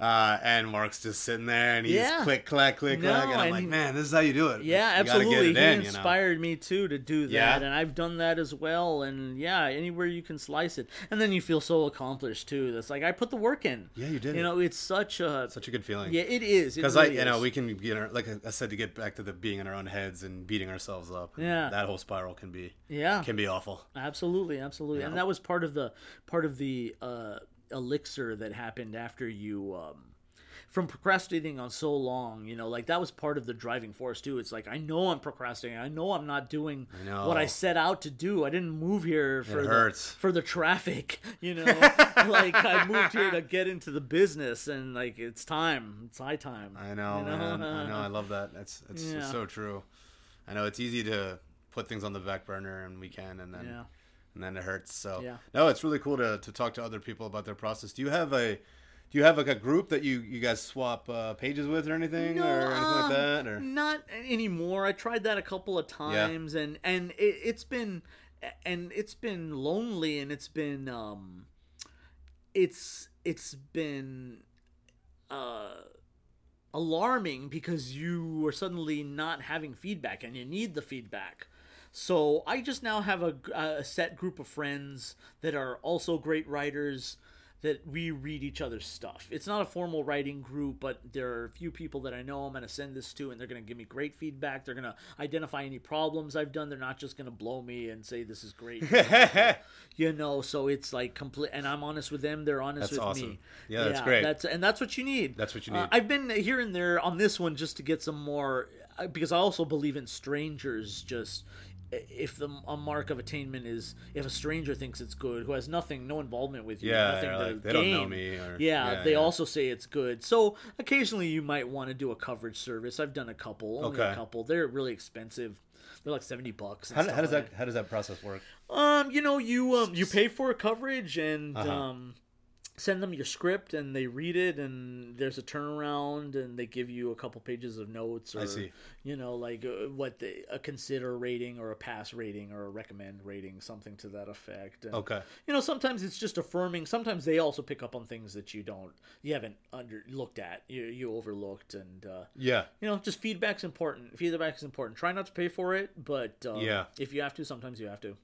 Speaker 1: Uh, and Mark's just sitting there and he's
Speaker 2: Yeah.
Speaker 1: click, clack, click,
Speaker 2: No,
Speaker 1: clack. And I'm
Speaker 2: and
Speaker 1: like,
Speaker 2: he-
Speaker 1: man, this is how you do it.
Speaker 2: Yeah,
Speaker 1: You gotta get
Speaker 2: absolutely.
Speaker 1: it
Speaker 2: He
Speaker 1: in, you know?
Speaker 2: inspired me too to do that,
Speaker 1: Yeah.
Speaker 2: and I've done that as well. And yeah, anywhere you can slice it, and then you feel so accomplished too. That's like I put the work in.
Speaker 1: Yeah, you did
Speaker 2: You
Speaker 1: it.
Speaker 2: know, it's such a
Speaker 1: Such a good feeling.
Speaker 2: yeah, it is.
Speaker 1: Because
Speaker 2: Because
Speaker 1: like you know we can get our, like I said to get back to the being in our own heads and beating ourselves up. and
Speaker 2: Yeah.
Speaker 1: that whole spiral can be
Speaker 2: yeah,
Speaker 1: can be awful.
Speaker 2: Absolutely, absolutely, and
Speaker 1: know?
Speaker 2: that was part of the part of the uh, elixir that happened after you um, from procrastinating on so long. You know, like that was part of the driving force too. It's like I know I'm procrastinating. I know I'm not doing
Speaker 1: know.
Speaker 2: what I set out to do. I didn't move here for the,
Speaker 1: hurts.
Speaker 2: for the traffic. You know, like I moved here to get into the business, and like it's time. It's high time.
Speaker 1: I know,
Speaker 2: You know?
Speaker 1: man. I know. I love that. That's it's it's
Speaker 2: Yeah.
Speaker 1: so true. I know it's easy to put things on the back burner and we can, and then
Speaker 2: Yeah.
Speaker 1: and then it hurts. So
Speaker 2: Yeah.
Speaker 1: no, it's really cool to to talk to other people about their process. Do you have a do you have like a group that you you guys swap uh, pages with or anything or anything
Speaker 2: um,
Speaker 1: like that or
Speaker 2: not anymore. I tried that a couple of times, and and it, it's been and it's been lonely, and it's been um, it's it's been uh alarming because you are suddenly not having feedback and you need the feedback. So I just now have a, a set group of friends that are also great writers that we read each other's stuff. It's not a formal writing group, but there are a few people that I know I'm going to send this to and they're going to give me great feedback. They're going to identify any problems I've done. They're not just going to blow me and say this is great. you know, so it's like complete and I'm honest with them, they're honest
Speaker 1: That's
Speaker 2: with
Speaker 1: awesome.
Speaker 2: me.
Speaker 1: Yeah, that's great.
Speaker 2: That's and that's what you need.
Speaker 1: That's what you
Speaker 2: Uh,
Speaker 1: need.
Speaker 2: I've been here and there on this one just to get some more uh, because I also believe in strangers. Just i- if the a mark of attainment is if a stranger thinks it's good, who has nothing, no involvement with you,
Speaker 1: Yeah,
Speaker 2: nothing
Speaker 1: or
Speaker 2: to
Speaker 1: like, they don't
Speaker 2: gain.
Speaker 1: know me, or-
Speaker 2: yeah,
Speaker 1: yeah,
Speaker 2: they
Speaker 1: yeah.
Speaker 2: also say it's good. So occasionally you might want to do a coverage service. I've done a couple, only
Speaker 1: Okay.
Speaker 2: a couple. They're really expensive. They're like seventy bucks. and
Speaker 1: how,
Speaker 2: stuff
Speaker 1: how does
Speaker 2: like
Speaker 1: that how does that process work?
Speaker 2: um, you know, you um, you pay for coverage and
Speaker 1: Uh-huh.
Speaker 2: um, send them your script, and they read it, and there's a turnaround, and they give you a couple pages of notes, or
Speaker 1: see.
Speaker 2: you know, like uh, what they, a consider rating, or a pass rating, or a recommend rating, something to that effect. And,
Speaker 1: Okay.
Speaker 2: you know, sometimes it's just affirming. Sometimes they also pick up on things that you don't, you haven't under looked at, you you overlooked, and uh,
Speaker 1: Yeah.
Speaker 2: you know, just feedback's important. Feedback's important. Try not to pay for it, but um,
Speaker 1: Yeah.
Speaker 2: if you have to, sometimes you have to.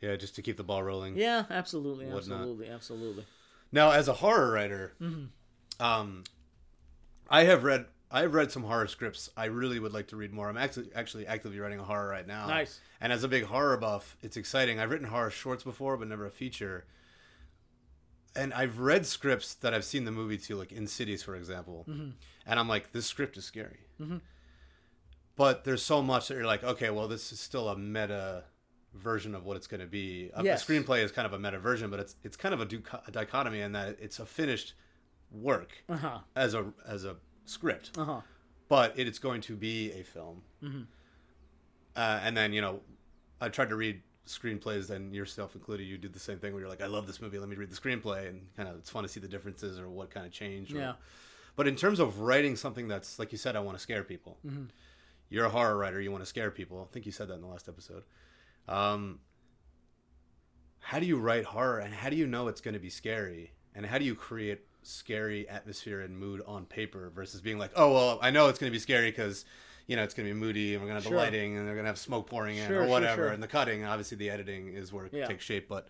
Speaker 1: Yeah, just to keep the ball rolling.
Speaker 2: Yeah, absolutely,
Speaker 1: whatnot.
Speaker 2: absolutely, absolutely.
Speaker 1: Now, as a horror writer, um, I have read I've read some horror scripts. I really would like to read more. I'm actually actually actively writing a horror right now.
Speaker 2: Nice.
Speaker 1: And as a big horror buff, it's exciting. I've written horror shorts before, but never a feature. And I've read scripts that I've seen the movie to, like In Cities, for example. And I'm like, this script is scary. But there's so much that you're like, okay, well, this is still a meta version of what it's going to be. A, a
Speaker 2: Yes.
Speaker 1: screenplay is kind of a meta version, but it's it's kind of a, duco- a dichotomy in that it's a finished work
Speaker 2: Uh huh.
Speaker 1: as a as a script,
Speaker 2: Uh huh.
Speaker 1: but it is going to be a film. Uh, and then you know, I tried to read screenplays, and yourself included, you did the same thing where you're like, "I love this movie, let me read the screenplay," and kind of it's fun to see the differences or what kind of change. Or,
Speaker 2: Yeah.
Speaker 1: But in terms of writing something that's like you said, I want to scare people. You're a horror writer, you want to scare people. I think you said that in the last episode. Um, how do you write horror, and how do you know it's going to be scary, and how do you create scary atmosphere and mood on paper versus being like, oh well, I know it's going to be scary because you know it's going to be moody, and we're going to have
Speaker 2: Sure.
Speaker 1: the lighting, and they're going to have smoke pouring in,
Speaker 2: Sure,
Speaker 1: or
Speaker 2: sure,
Speaker 1: whatever,
Speaker 2: sure.
Speaker 1: and the cutting. Obviously, the editing is where it
Speaker 2: Yeah.
Speaker 1: takes shape, but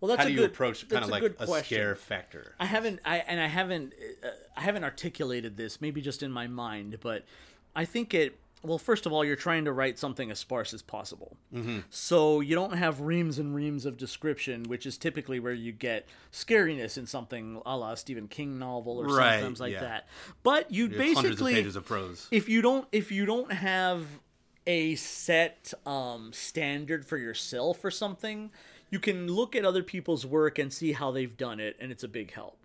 Speaker 2: Well, that's
Speaker 1: how
Speaker 2: a
Speaker 1: do you
Speaker 2: good,
Speaker 1: approach kind
Speaker 2: that's
Speaker 1: of
Speaker 2: a
Speaker 1: like
Speaker 2: good
Speaker 1: a
Speaker 2: question.
Speaker 1: scare factor?
Speaker 2: I haven't, I and I haven't, uh, I haven't articulated this. Maybe just in my mind, but I think it. Well, first of all, you're trying to write something as sparse as possible, mm-hmm. so you don't have reams and reams of description, which is typically where you get scariness in something a la Stephen King novel or
Speaker 1: Right,
Speaker 2: sometimes like
Speaker 1: yeah.
Speaker 2: that. But you
Speaker 1: There's hundreds of
Speaker 2: basically
Speaker 1: pages of prose.
Speaker 2: if you don't if you don't have a set um, standard for yourself or something you can look at other people's work and see how they've done it and it's a big help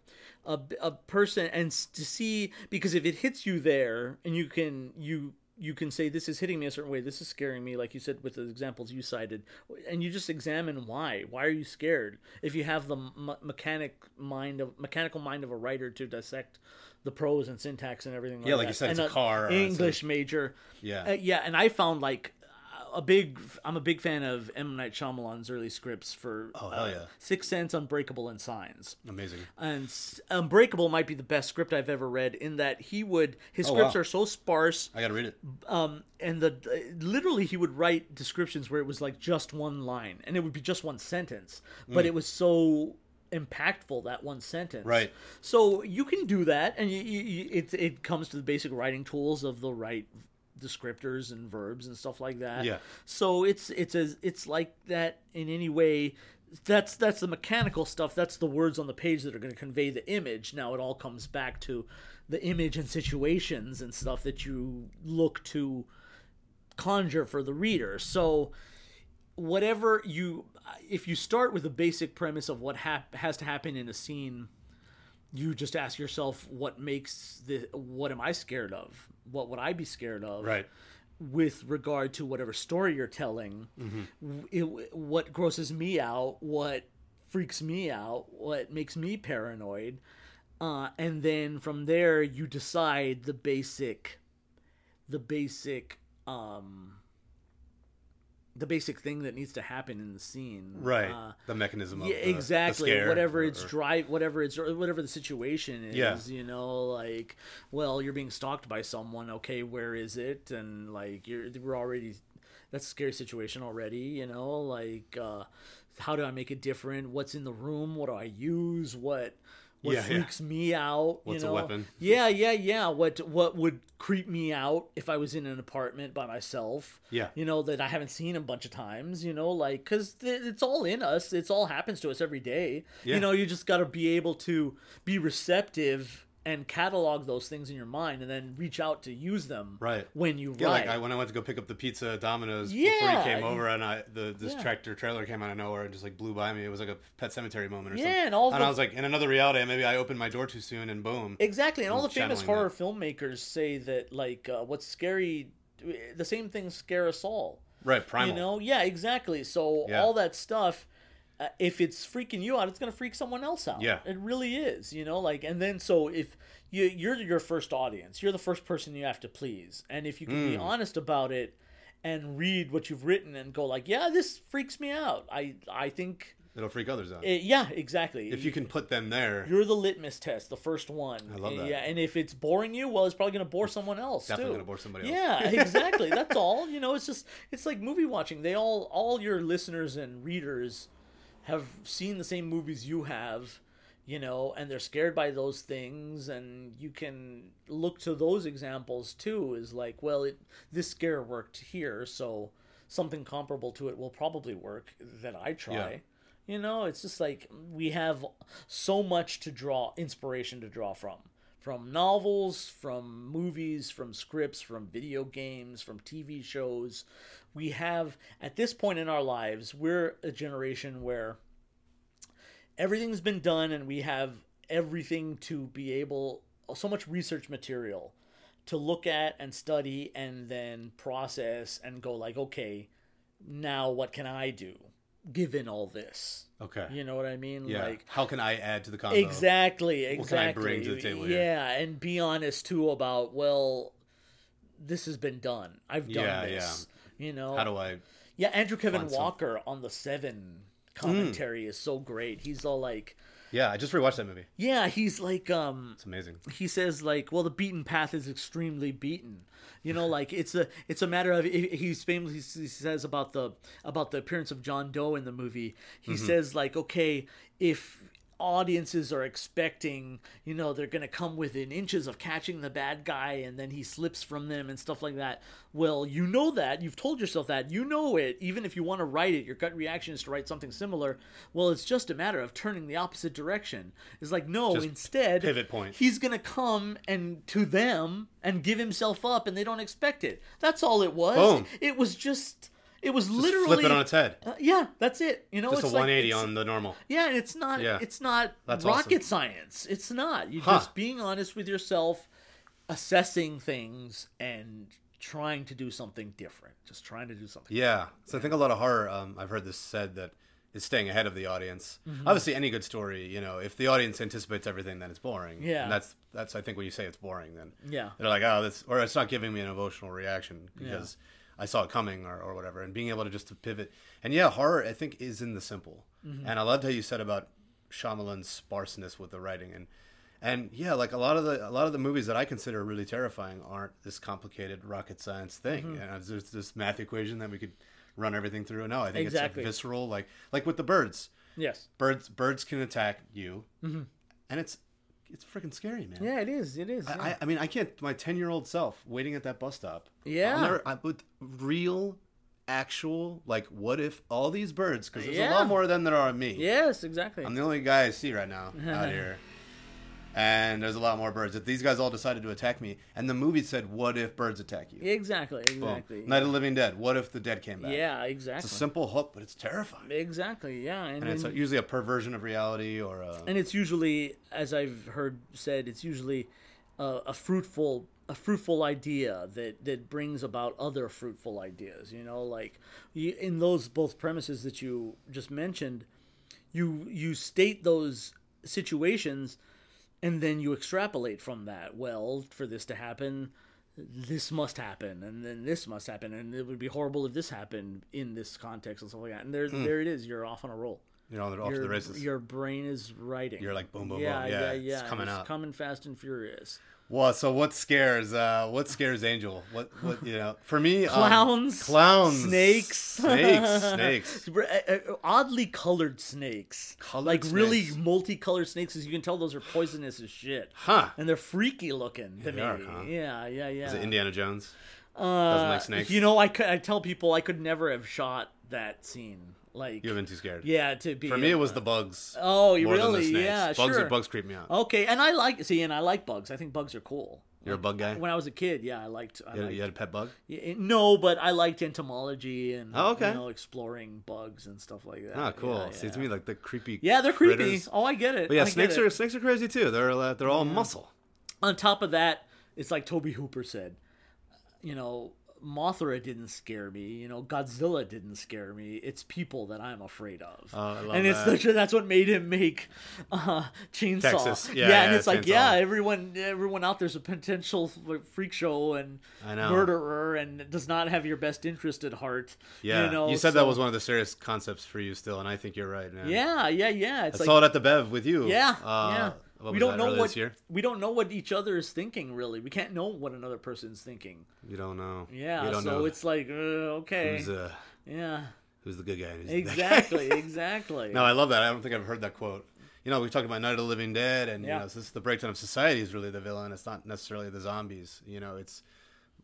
Speaker 2: a, a person and s- to see because if it hits you there and you can you you can say this is hitting me a certain way this is scaring me like you said with the examples you cited and you just examine why why are you scared if you have the m- mechanic mind of mechanical mind of a writer to dissect the prose and syntax and everything
Speaker 1: Yeah, like
Speaker 2: like
Speaker 1: you
Speaker 2: that.
Speaker 1: said, it's
Speaker 2: And
Speaker 1: a car or it's a-
Speaker 2: english major
Speaker 1: Yeah.
Speaker 2: Uh, yeah and i found like a big i'm a big fan of m night Shyamalan's early scripts for oh
Speaker 1: hell yeah.
Speaker 2: six sense unbreakable and signs
Speaker 1: Amazing.
Speaker 2: and S- Unbreakable might be the best script I've ever read in that he would his
Speaker 1: Oh,
Speaker 2: scripts
Speaker 1: wow.
Speaker 2: are so sparse
Speaker 1: I gotta read it.
Speaker 2: um and the literally he would write descriptions where it was like just one line and it would be just one sentence but it was so impactful that one sentence
Speaker 1: Right.
Speaker 2: so you can do that and you, you, you, it it comes to the basic writing tools of the right descriptors and verbs and stuff like that
Speaker 1: Yeah.
Speaker 2: so it's it's as it's like that in any way. That's that's the mechanical stuff. That's the words on the page that are going to convey the image. Now it all comes back to the image and situations and stuff that you look to conjure for the reader. So whatever you if you start with the basic premise of what hap- has to happen in a scene you just ask yourself what makes the what am i scared of what would i be scared of
Speaker 1: Right.
Speaker 2: with regard to whatever story you're telling w- it, what grosses me out what freaks me out what makes me paranoid uh, and then from there you decide the basic the basic um the basic thing that needs to happen in the scene
Speaker 1: Right.
Speaker 2: uh,
Speaker 1: the mechanism of
Speaker 2: yeah,
Speaker 1: the- the
Speaker 2: exactly.
Speaker 1: scare
Speaker 2: whatever
Speaker 1: or-
Speaker 2: it's
Speaker 1: or-
Speaker 2: drive, whatever it's or whatever the situation is,
Speaker 1: Yeah.
Speaker 2: you know, like, well, you're being stalked by someone. Okay, where is it? And like, you're we're already that's a scary situation already. You know, like, uh, how do I make it different? What's in the room? What do I use? What what
Speaker 1: Yeah, yeah.
Speaker 2: freaks me out?
Speaker 1: What's a
Speaker 2: you know?
Speaker 1: weapon?
Speaker 2: Yeah, yeah, yeah. What what would creep me out if I was in an apartment by myself?
Speaker 1: Yeah.
Speaker 2: you know that I haven't seen a bunch of times. You know, like because th- it's all in us. It's all happens to us every day.
Speaker 1: Yeah.
Speaker 2: You know, you just got to be able to be receptive and catalog those things in your mind, and then reach out to use them.
Speaker 1: Right.
Speaker 2: when you
Speaker 1: Yeah,
Speaker 2: write.
Speaker 1: like I, when I went to go pick up the pizza at Domino's before
Speaker 2: Yeah.
Speaker 1: he came over, and I the this
Speaker 2: Yeah.
Speaker 1: tractor trailer came out of nowhere and just like blew by me. It was like a Pet Cemetery moment or
Speaker 2: Yeah,
Speaker 1: something.
Speaker 2: and all the-
Speaker 1: I was like, in another reality, maybe I opened my door too soon, and boom.
Speaker 2: Exactly, and all the famous
Speaker 1: channeling
Speaker 2: horror filmmakers say that like uh, what's scary, the same things scare us all.
Speaker 1: right, primal.
Speaker 2: You know, yeah, exactly. So
Speaker 1: Yeah.
Speaker 2: all that stuff, uh, if it's freaking you out, it's gonna freak someone else out.
Speaker 1: Yeah.
Speaker 2: it really is. You know, like, and then so if you you're your first audience, you're the first person you have to please, and if you can
Speaker 1: Hmm.
Speaker 2: be honest about it and read what you've written and go like, yeah, this freaks me out. I I think,
Speaker 1: It'll freak others out.
Speaker 2: it, yeah, exactly.
Speaker 1: if you can put them there,
Speaker 2: You're the litmus test, the first one.
Speaker 1: I love that.
Speaker 2: Yeah, and if it's boring you, well, it's probably going to bore someone else
Speaker 1: definitely
Speaker 2: too.
Speaker 1: gonna bore somebody else.
Speaker 2: Yeah, exactly. That's all. You know, it's just it's like movie watching. They all all your listeners and readers have seen the same movies you have, you know, and they're scared by those things and you can look to those examples too is like, well, it this scare worked here, so something comparable to it will probably work that I try.
Speaker 1: Yeah.
Speaker 2: You know, it's just like we have so much to draw inspiration to draw from. From novels, from movies, from scripts, from video games, from TV shows. We have, at this point in our lives, we're a generation where everything's been done and we have everything to be able, so much research material to look at and study and then process and go, like, okay, now what can I do given all this?
Speaker 1: Okay.
Speaker 2: You know what I mean?
Speaker 1: Yeah.
Speaker 2: Like
Speaker 1: How can I add to the combo?
Speaker 2: exactly, exactly.
Speaker 1: What can I bring to the table here?
Speaker 2: Yeah, and be honest too about well, this has been done. I've done
Speaker 1: Yeah,
Speaker 2: this. You know.
Speaker 1: How do I?
Speaker 2: Yeah, Andrew Kevin
Speaker 1: Find some- Mm.
Speaker 2: Walker on the Seven commentary is so great. He's all like,
Speaker 1: Yeah, I just rewatched that movie.
Speaker 2: yeah, he's like, um,
Speaker 1: It's amazing.
Speaker 2: he says like well the beaten path is extremely beaten you know like it's a it's a matter of he- he's famously he says about the about the appearance of john doe in the movie he
Speaker 1: Mm-hmm.
Speaker 2: says like okay if audiences are expecting you know they're gonna come within inches of catching the bad guy and then he slips from them and stuff like that well you know that you've told yourself that you know it even if you want to write it your gut reaction is to write something similar well it's just a matter of turning the opposite direction it's like no
Speaker 1: Just
Speaker 2: instead
Speaker 1: pivot point.
Speaker 2: he's gonna come and to them and give himself up and they don't expect it that's all it was
Speaker 1: Boom.
Speaker 2: it was just It was
Speaker 1: Just
Speaker 2: literally
Speaker 1: flip it on its head.
Speaker 2: Uh, yeah, that's it. You know,
Speaker 1: Just a
Speaker 2: it's like-
Speaker 1: 180
Speaker 2: it's-
Speaker 1: on the normal.
Speaker 2: Yeah, and it's not.
Speaker 1: Yeah.
Speaker 2: It's not
Speaker 1: That's
Speaker 2: rocket
Speaker 1: awesome.
Speaker 2: science. It's not. You
Speaker 1: Huh.
Speaker 2: just being honest with yourself, assessing things, and trying to do something different. Just trying to do something.
Speaker 1: Yeah. So I think a lot of horror, um, I've heard this said that is staying ahead of the audience.
Speaker 2: Mm-hmm.
Speaker 1: Obviously, any good story, you know, if the audience anticipates everything, then it's boring.
Speaker 2: Yeah.
Speaker 1: And that's, that's I think, when you say it's boring, then
Speaker 2: Yeah.
Speaker 1: they're like, oh, this, or it's not giving me an emotional reaction because I saw it coming or, or whatever. And being able to just to pivot. And yeah, horror, I think, is in the simple.
Speaker 2: Mm-hmm.
Speaker 1: And I loved how you said about Shyamalan's sparseness with the writing and. And yeah, like a lot of the a lot of the movies that I consider really terrifying aren't this complicated rocket science thing.
Speaker 2: Mm-hmm.
Speaker 1: And there's this math equation that we could run everything through. No, I think
Speaker 2: Exactly.
Speaker 1: it's a visceral, like like with the birds.
Speaker 2: Yes.
Speaker 1: Birds birds can attack you, and it's it's freaking scary, man.
Speaker 2: Mm-hmm. Yeah, it is. It is.
Speaker 1: I, I- I mean, I can't. My ten-year-old self waiting at that bus stop.
Speaker 2: Yeah.
Speaker 1: I'll never- I, with real, actual, like, what if all these birds? Because there's a
Speaker 2: Yeah.
Speaker 1: lot more of them than there are of me.
Speaker 2: yes, exactly.
Speaker 1: I'm the only guy I see right now out here, and there's a lot more birds. If these guys all decided to attack me, and the movie said, "What if birds attack you?"
Speaker 2: exactly.
Speaker 1: Boom.
Speaker 2: Exactly.
Speaker 1: Night of the Living Dead. What if the dead came back?
Speaker 2: yeah.
Speaker 1: It's a
Speaker 2: Exactly.
Speaker 1: simple hook, but it's terrifying.
Speaker 2: exactly. Yeah. And,
Speaker 1: and it's
Speaker 2: then-
Speaker 1: a, usually a perversion of reality or uh, a.
Speaker 2: and it's usually as i've heard said it's usually uh, a fruitful a fruitful idea that that brings about other fruitful ideas you know like you, in those both premises that you just mentioned you you state those situations and then you extrapolate from that well for this to happen this must happen and then this must happen and it would be horrible if this happened in this context and stuff like that and there there it is you're off on a roll
Speaker 1: You know, they're off to
Speaker 2: your,
Speaker 1: the races.
Speaker 2: your brain is writing.
Speaker 1: You're like, boom, boom,
Speaker 2: yeah,
Speaker 1: boom.
Speaker 2: Yeah, yeah,
Speaker 1: Yeah, it's coming
Speaker 2: It's
Speaker 1: out.
Speaker 2: coming fast and furious.
Speaker 1: Well, so what scares? Uh, what scares Angel? What, what you know? For me, um,
Speaker 2: Clowns,
Speaker 1: clowns,
Speaker 2: snakes.
Speaker 1: snakes, snakes.
Speaker 2: Br- uh, uh, Oddly colored snakes,
Speaker 1: Colored
Speaker 2: like really
Speaker 1: snakes.
Speaker 2: multicolored snakes, as you can tell, those are poisonous as shit,
Speaker 1: Huh?
Speaker 2: and they're freaky looking
Speaker 1: they
Speaker 2: to me.
Speaker 1: are, huh?
Speaker 2: Yeah, yeah, yeah.
Speaker 1: Is it Indiana Jones?
Speaker 2: Uh,
Speaker 1: like snakes?
Speaker 2: You know, I, cou- I tell people I could never have shot that scene. Like,
Speaker 1: You haven't been too scared.
Speaker 2: yeah, to be
Speaker 1: For me, it was the bugs.
Speaker 2: Oh, you
Speaker 1: more than the
Speaker 2: really?
Speaker 1: snakes.
Speaker 2: Yeah,
Speaker 1: bugs.
Speaker 2: sure.
Speaker 1: Bugs creep me out.
Speaker 2: okay, and I like see, and I like bugs. I think bugs are cool.
Speaker 1: You're a bug guy.
Speaker 2: When I was a kid, yeah, I liked. I
Speaker 1: You had,
Speaker 2: liked
Speaker 1: you had a pet bug.
Speaker 2: Yeah, it- No, but I liked entomology and
Speaker 1: Oh, okay.
Speaker 2: you know exploring bugs and stuff like that.
Speaker 1: Oh, cool.
Speaker 2: Yeah,
Speaker 1: See
Speaker 2: yeah.
Speaker 1: to me like the creepy.
Speaker 2: Yeah, they're creepy.
Speaker 1: critters.
Speaker 2: Oh, I get it.
Speaker 1: But yeah,
Speaker 2: I get
Speaker 1: snakes
Speaker 2: it.
Speaker 1: are snakes are crazy too. They're uh, they're all muscle.
Speaker 2: On top of that, it's like Toby Hooper said, you know, Mothra didn't scare me. You know, Godzilla didn't scare me. It's people that I'm afraid of.
Speaker 1: Oh, I love
Speaker 2: and it's
Speaker 1: that.
Speaker 2: the, that's what made him make uh, Chainsaw.
Speaker 1: Texas. Yeah,
Speaker 2: and
Speaker 1: yeah,
Speaker 2: it's like
Speaker 1: Chainsaw.
Speaker 2: yeah, everyone everyone out there's a potential freak show and
Speaker 1: I know.
Speaker 2: murderer and does not have your best interest at heart.
Speaker 1: Yeah,
Speaker 2: you, know,
Speaker 1: said that
Speaker 2: so-
Speaker 1: was one of the serious concepts for you still, and I think you're right, man.
Speaker 2: Yeah, yeah, yeah. It's
Speaker 1: I
Speaker 2: like
Speaker 1: saw it at the Bev with you.
Speaker 2: yeah,
Speaker 1: uh,
Speaker 2: yeah.
Speaker 1: What
Speaker 2: We
Speaker 1: was
Speaker 2: don't
Speaker 1: that,
Speaker 2: know
Speaker 1: earlier
Speaker 2: what
Speaker 1: this year?
Speaker 2: we don't know what each other is thinking. Really, we can't know what another person's thinking.
Speaker 1: You don't know.
Speaker 2: Yeah,
Speaker 1: you
Speaker 2: so
Speaker 1: don't know
Speaker 2: it's like uh, okay,
Speaker 1: who's uh,
Speaker 2: yeah,
Speaker 1: who's the good guy. and who's the bad guy.
Speaker 2: exactly, exactly.
Speaker 1: No, I love that. I don't think I've heard that quote. You know, we talked about Night of the Living Dead, and
Speaker 2: Yeah.
Speaker 1: you know, this the breakdown of society is really the villain. It's not necessarily the zombies. You know, it's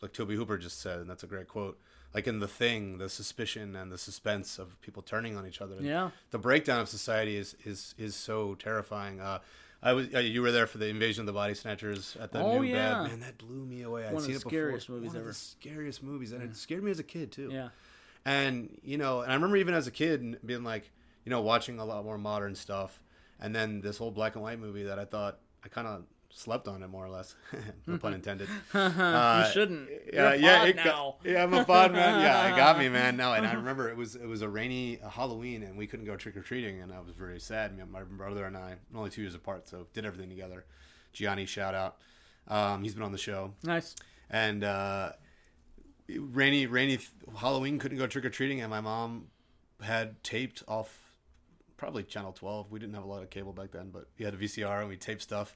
Speaker 1: like Toby Hooper just said, and that's a great quote. Like in The Thing, the suspicion and the suspense of people turning on each other. And
Speaker 2: Yeah.
Speaker 1: the breakdown of society is is is so terrifying. Uh, I was uh, you were there for the Invasion of the Body Snatchers at the
Speaker 2: Oh,
Speaker 1: new
Speaker 2: yeah.
Speaker 1: bed. Man, that blew me away. I'd
Speaker 2: One of
Speaker 1: seen
Speaker 2: the
Speaker 1: it before.
Speaker 2: scariest movies
Speaker 1: One of
Speaker 2: ever.
Speaker 1: the scariest movies, and it scared me as a kid too
Speaker 2: yeah,
Speaker 1: and you know and i remember even as a kid n- being like you know watching a lot more modern stuff and then this whole black and white movie that i thought i kind of slept on it more or less no pun intended Uh,
Speaker 2: Uh-huh. you shouldn't.
Speaker 1: yeah,
Speaker 2: You're
Speaker 1: yeah,
Speaker 2: odd
Speaker 1: it got-
Speaker 2: now.
Speaker 1: yeah, I'm a pod man. Yeah, it got me, man. No, and I remember it was it was a rainy Halloween, and we couldn't go trick or treating, and I was very sad. Me- My brother and I, we're only two years apart, so did everything together. Gianni, shout out. Um, he's been on the show
Speaker 2: nice.
Speaker 1: and uh, rainy rainy th- Halloween couldn't go trick or treating, and my mom had taped off probably channel twelve. We didn't have a lot of cable back then, but we had a VCR and we taped stuff.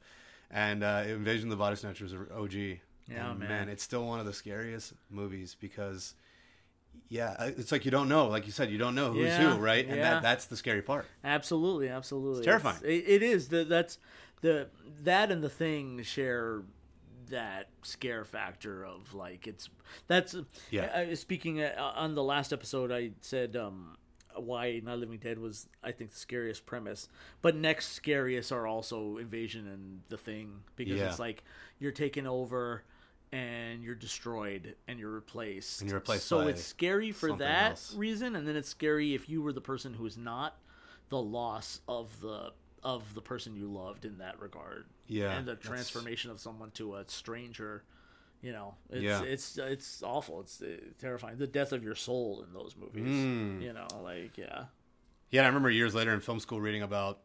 Speaker 1: And uh, Invasion of the Body Snatchers are OG.
Speaker 2: Yeah,
Speaker 1: And,
Speaker 2: Oh, man.
Speaker 1: It's still one of the scariest movies because. Yeah, I- it's like you don't know. Like you said, you don't know who's
Speaker 2: Yeah,
Speaker 1: who, right? And
Speaker 2: yeah.
Speaker 1: that, that's the scary part.
Speaker 2: Absolutely, absolutely. It's
Speaker 1: terrifying.
Speaker 2: it, it is. The, that's the that and the thing share that scare factor of like it's that's
Speaker 1: Yeah.
Speaker 2: I- I- speaking uh, on the last episode, I said um, why Not Living Dead was I think the scariest premise, but next scariest are also Invasion and the Thing because
Speaker 1: Yeah.
Speaker 2: it's like you're taking over. and you're destroyed and you're replaced.
Speaker 1: And you're replaced
Speaker 2: So
Speaker 1: by
Speaker 2: it's scary for
Speaker 1: something
Speaker 2: that
Speaker 1: else.
Speaker 2: reason, and then it's scary if you were the person who is not the loss of the of the person you loved in that regard.
Speaker 1: Yeah,
Speaker 2: And the
Speaker 1: that's-
Speaker 2: transformation of someone to a stranger. You know, it's
Speaker 1: Yeah.
Speaker 2: it's it's awful. It's uh, terrifying. The death of your soul in those movies.
Speaker 1: Mm.
Speaker 2: You know, like yeah,
Speaker 1: Yeah, and I remember years later in film school reading about,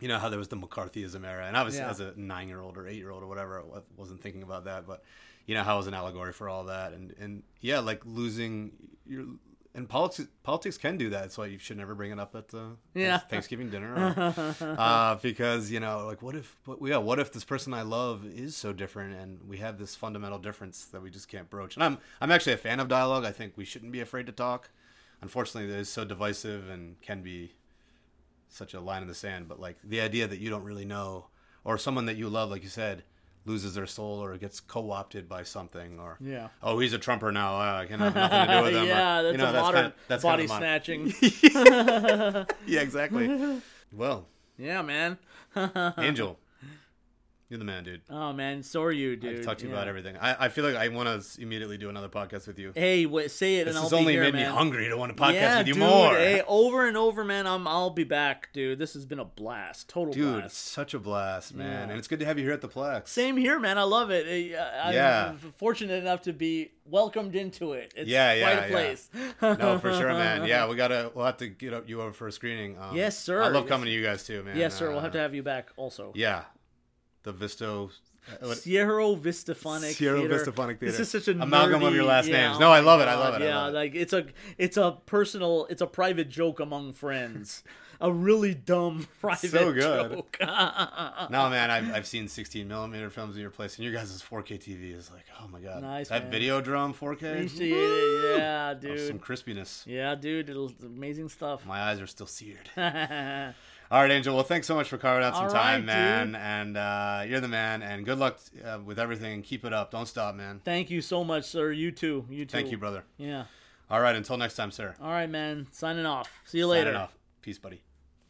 Speaker 1: you know, how there was the McCarthyism era, and I was
Speaker 2: Yeah.
Speaker 1: as a nine-year-old or eight-year-old or whatever, I wa- wasn't thinking about that, but you know, how it was an allegory for all that, and and yeah, like losing your and politics politics can do that. That's why you should never bring it up at uh,
Speaker 2: Yeah.
Speaker 1: Thanksgiving dinner, or, uh, because you know, like what if, what, yeah, what if this person I love is so different, and we have this fundamental difference that we just can't broach? And I'm I'm actually a fan of dialogue. I think we shouldn't be afraid to talk unfortunately it is so divisive and can be such a line in the sand but like the idea that you don't really know or someone that you love like you said loses their soul or gets co-opted by something or
Speaker 2: Yeah.
Speaker 1: oh he's a trumper now uh, i can have nothing to do with him or,
Speaker 2: yeah. That's
Speaker 1: you know,
Speaker 2: a
Speaker 1: that's
Speaker 2: modern
Speaker 1: kind of, that's
Speaker 2: body
Speaker 1: kind of mon-
Speaker 2: snatching.
Speaker 1: yeah exactly well
Speaker 2: yeah, man. Uh.
Speaker 1: angel you're the man dude
Speaker 2: Oh man, so are you, dude.
Speaker 1: i've talked to you
Speaker 2: Yeah.
Speaker 1: about everything I, I feel like i want to immediately do another podcast with you
Speaker 2: Hey, wait, say it, and
Speaker 1: this
Speaker 2: I'll
Speaker 1: has
Speaker 2: be
Speaker 1: only
Speaker 2: here,
Speaker 1: made
Speaker 2: man.
Speaker 1: me hungry to want to podcast
Speaker 2: yeah,
Speaker 1: with you
Speaker 2: dude, eh,
Speaker 1: more
Speaker 2: Hey, over and over, man. I'm I'll be back, dude. This has been a blast, total
Speaker 1: dude
Speaker 2: blast.
Speaker 1: such a blast man
Speaker 2: Yeah.
Speaker 1: and it's good to have you here at the plex
Speaker 2: Same here, man. I love it. Eh, I- I'm
Speaker 1: Yeah.
Speaker 2: fortunate enough to be welcomed into it. It's
Speaker 1: Yeah, yeah,
Speaker 2: quite a
Speaker 1: yeah.
Speaker 2: place.
Speaker 1: No, for sure, man. Yeah, we gotta. We'll have to get up you over for a screening. Um,
Speaker 2: Yes, sir.
Speaker 1: I love
Speaker 2: Yes,
Speaker 1: coming to you guys too, man.
Speaker 2: yes, sir. We'll
Speaker 1: Uh,
Speaker 2: have to have you back also.
Speaker 1: Yeah, the Visto. uh, what-
Speaker 2: Sierra Vista Phonic
Speaker 1: Sierra
Speaker 2: Theater.
Speaker 1: Vista Phonic
Speaker 2: This
Speaker 1: Theater.
Speaker 2: is such a
Speaker 1: Amalgam of
Speaker 2: nerdy-
Speaker 1: your last
Speaker 2: yeah,
Speaker 1: names.
Speaker 2: oh
Speaker 1: No, I
Speaker 2: my
Speaker 1: love it, I
Speaker 2: God,
Speaker 1: love it, I
Speaker 2: Yeah,
Speaker 1: love it.
Speaker 2: like it's a it's a personal, it's a private joke among friends. a really dumb private
Speaker 1: So good.
Speaker 2: joke.
Speaker 1: no, man. I've, I've seen 16 millimeter films in your place, and your guys' 4K TV is like, oh my god,
Speaker 2: Nice,
Speaker 1: That
Speaker 2: man.
Speaker 1: video drum 4K.
Speaker 2: Appreciate it. Yeah,
Speaker 1: Woo! Oh, Some
Speaker 2: dude.
Speaker 1: crispiness.
Speaker 2: Yeah, dude. It'll, it's amazing stuff.
Speaker 1: My eyes are still seared.
Speaker 2: yeah,
Speaker 1: All right, Angel. Well, thanks so much for carving out some
Speaker 2: All right,
Speaker 1: time, man.
Speaker 2: dude.
Speaker 1: And uh, you're the man. And good luck uh, with everything. Keep it up. Don't stop, man.
Speaker 2: Thank you so much, sir. You too. You too.
Speaker 1: Thank you, brother.
Speaker 2: Yeah.
Speaker 1: All right. Until next time, sir.
Speaker 2: All right, man. Signing off. See you
Speaker 1: Signing
Speaker 2: later.
Speaker 1: off. Peace, buddy.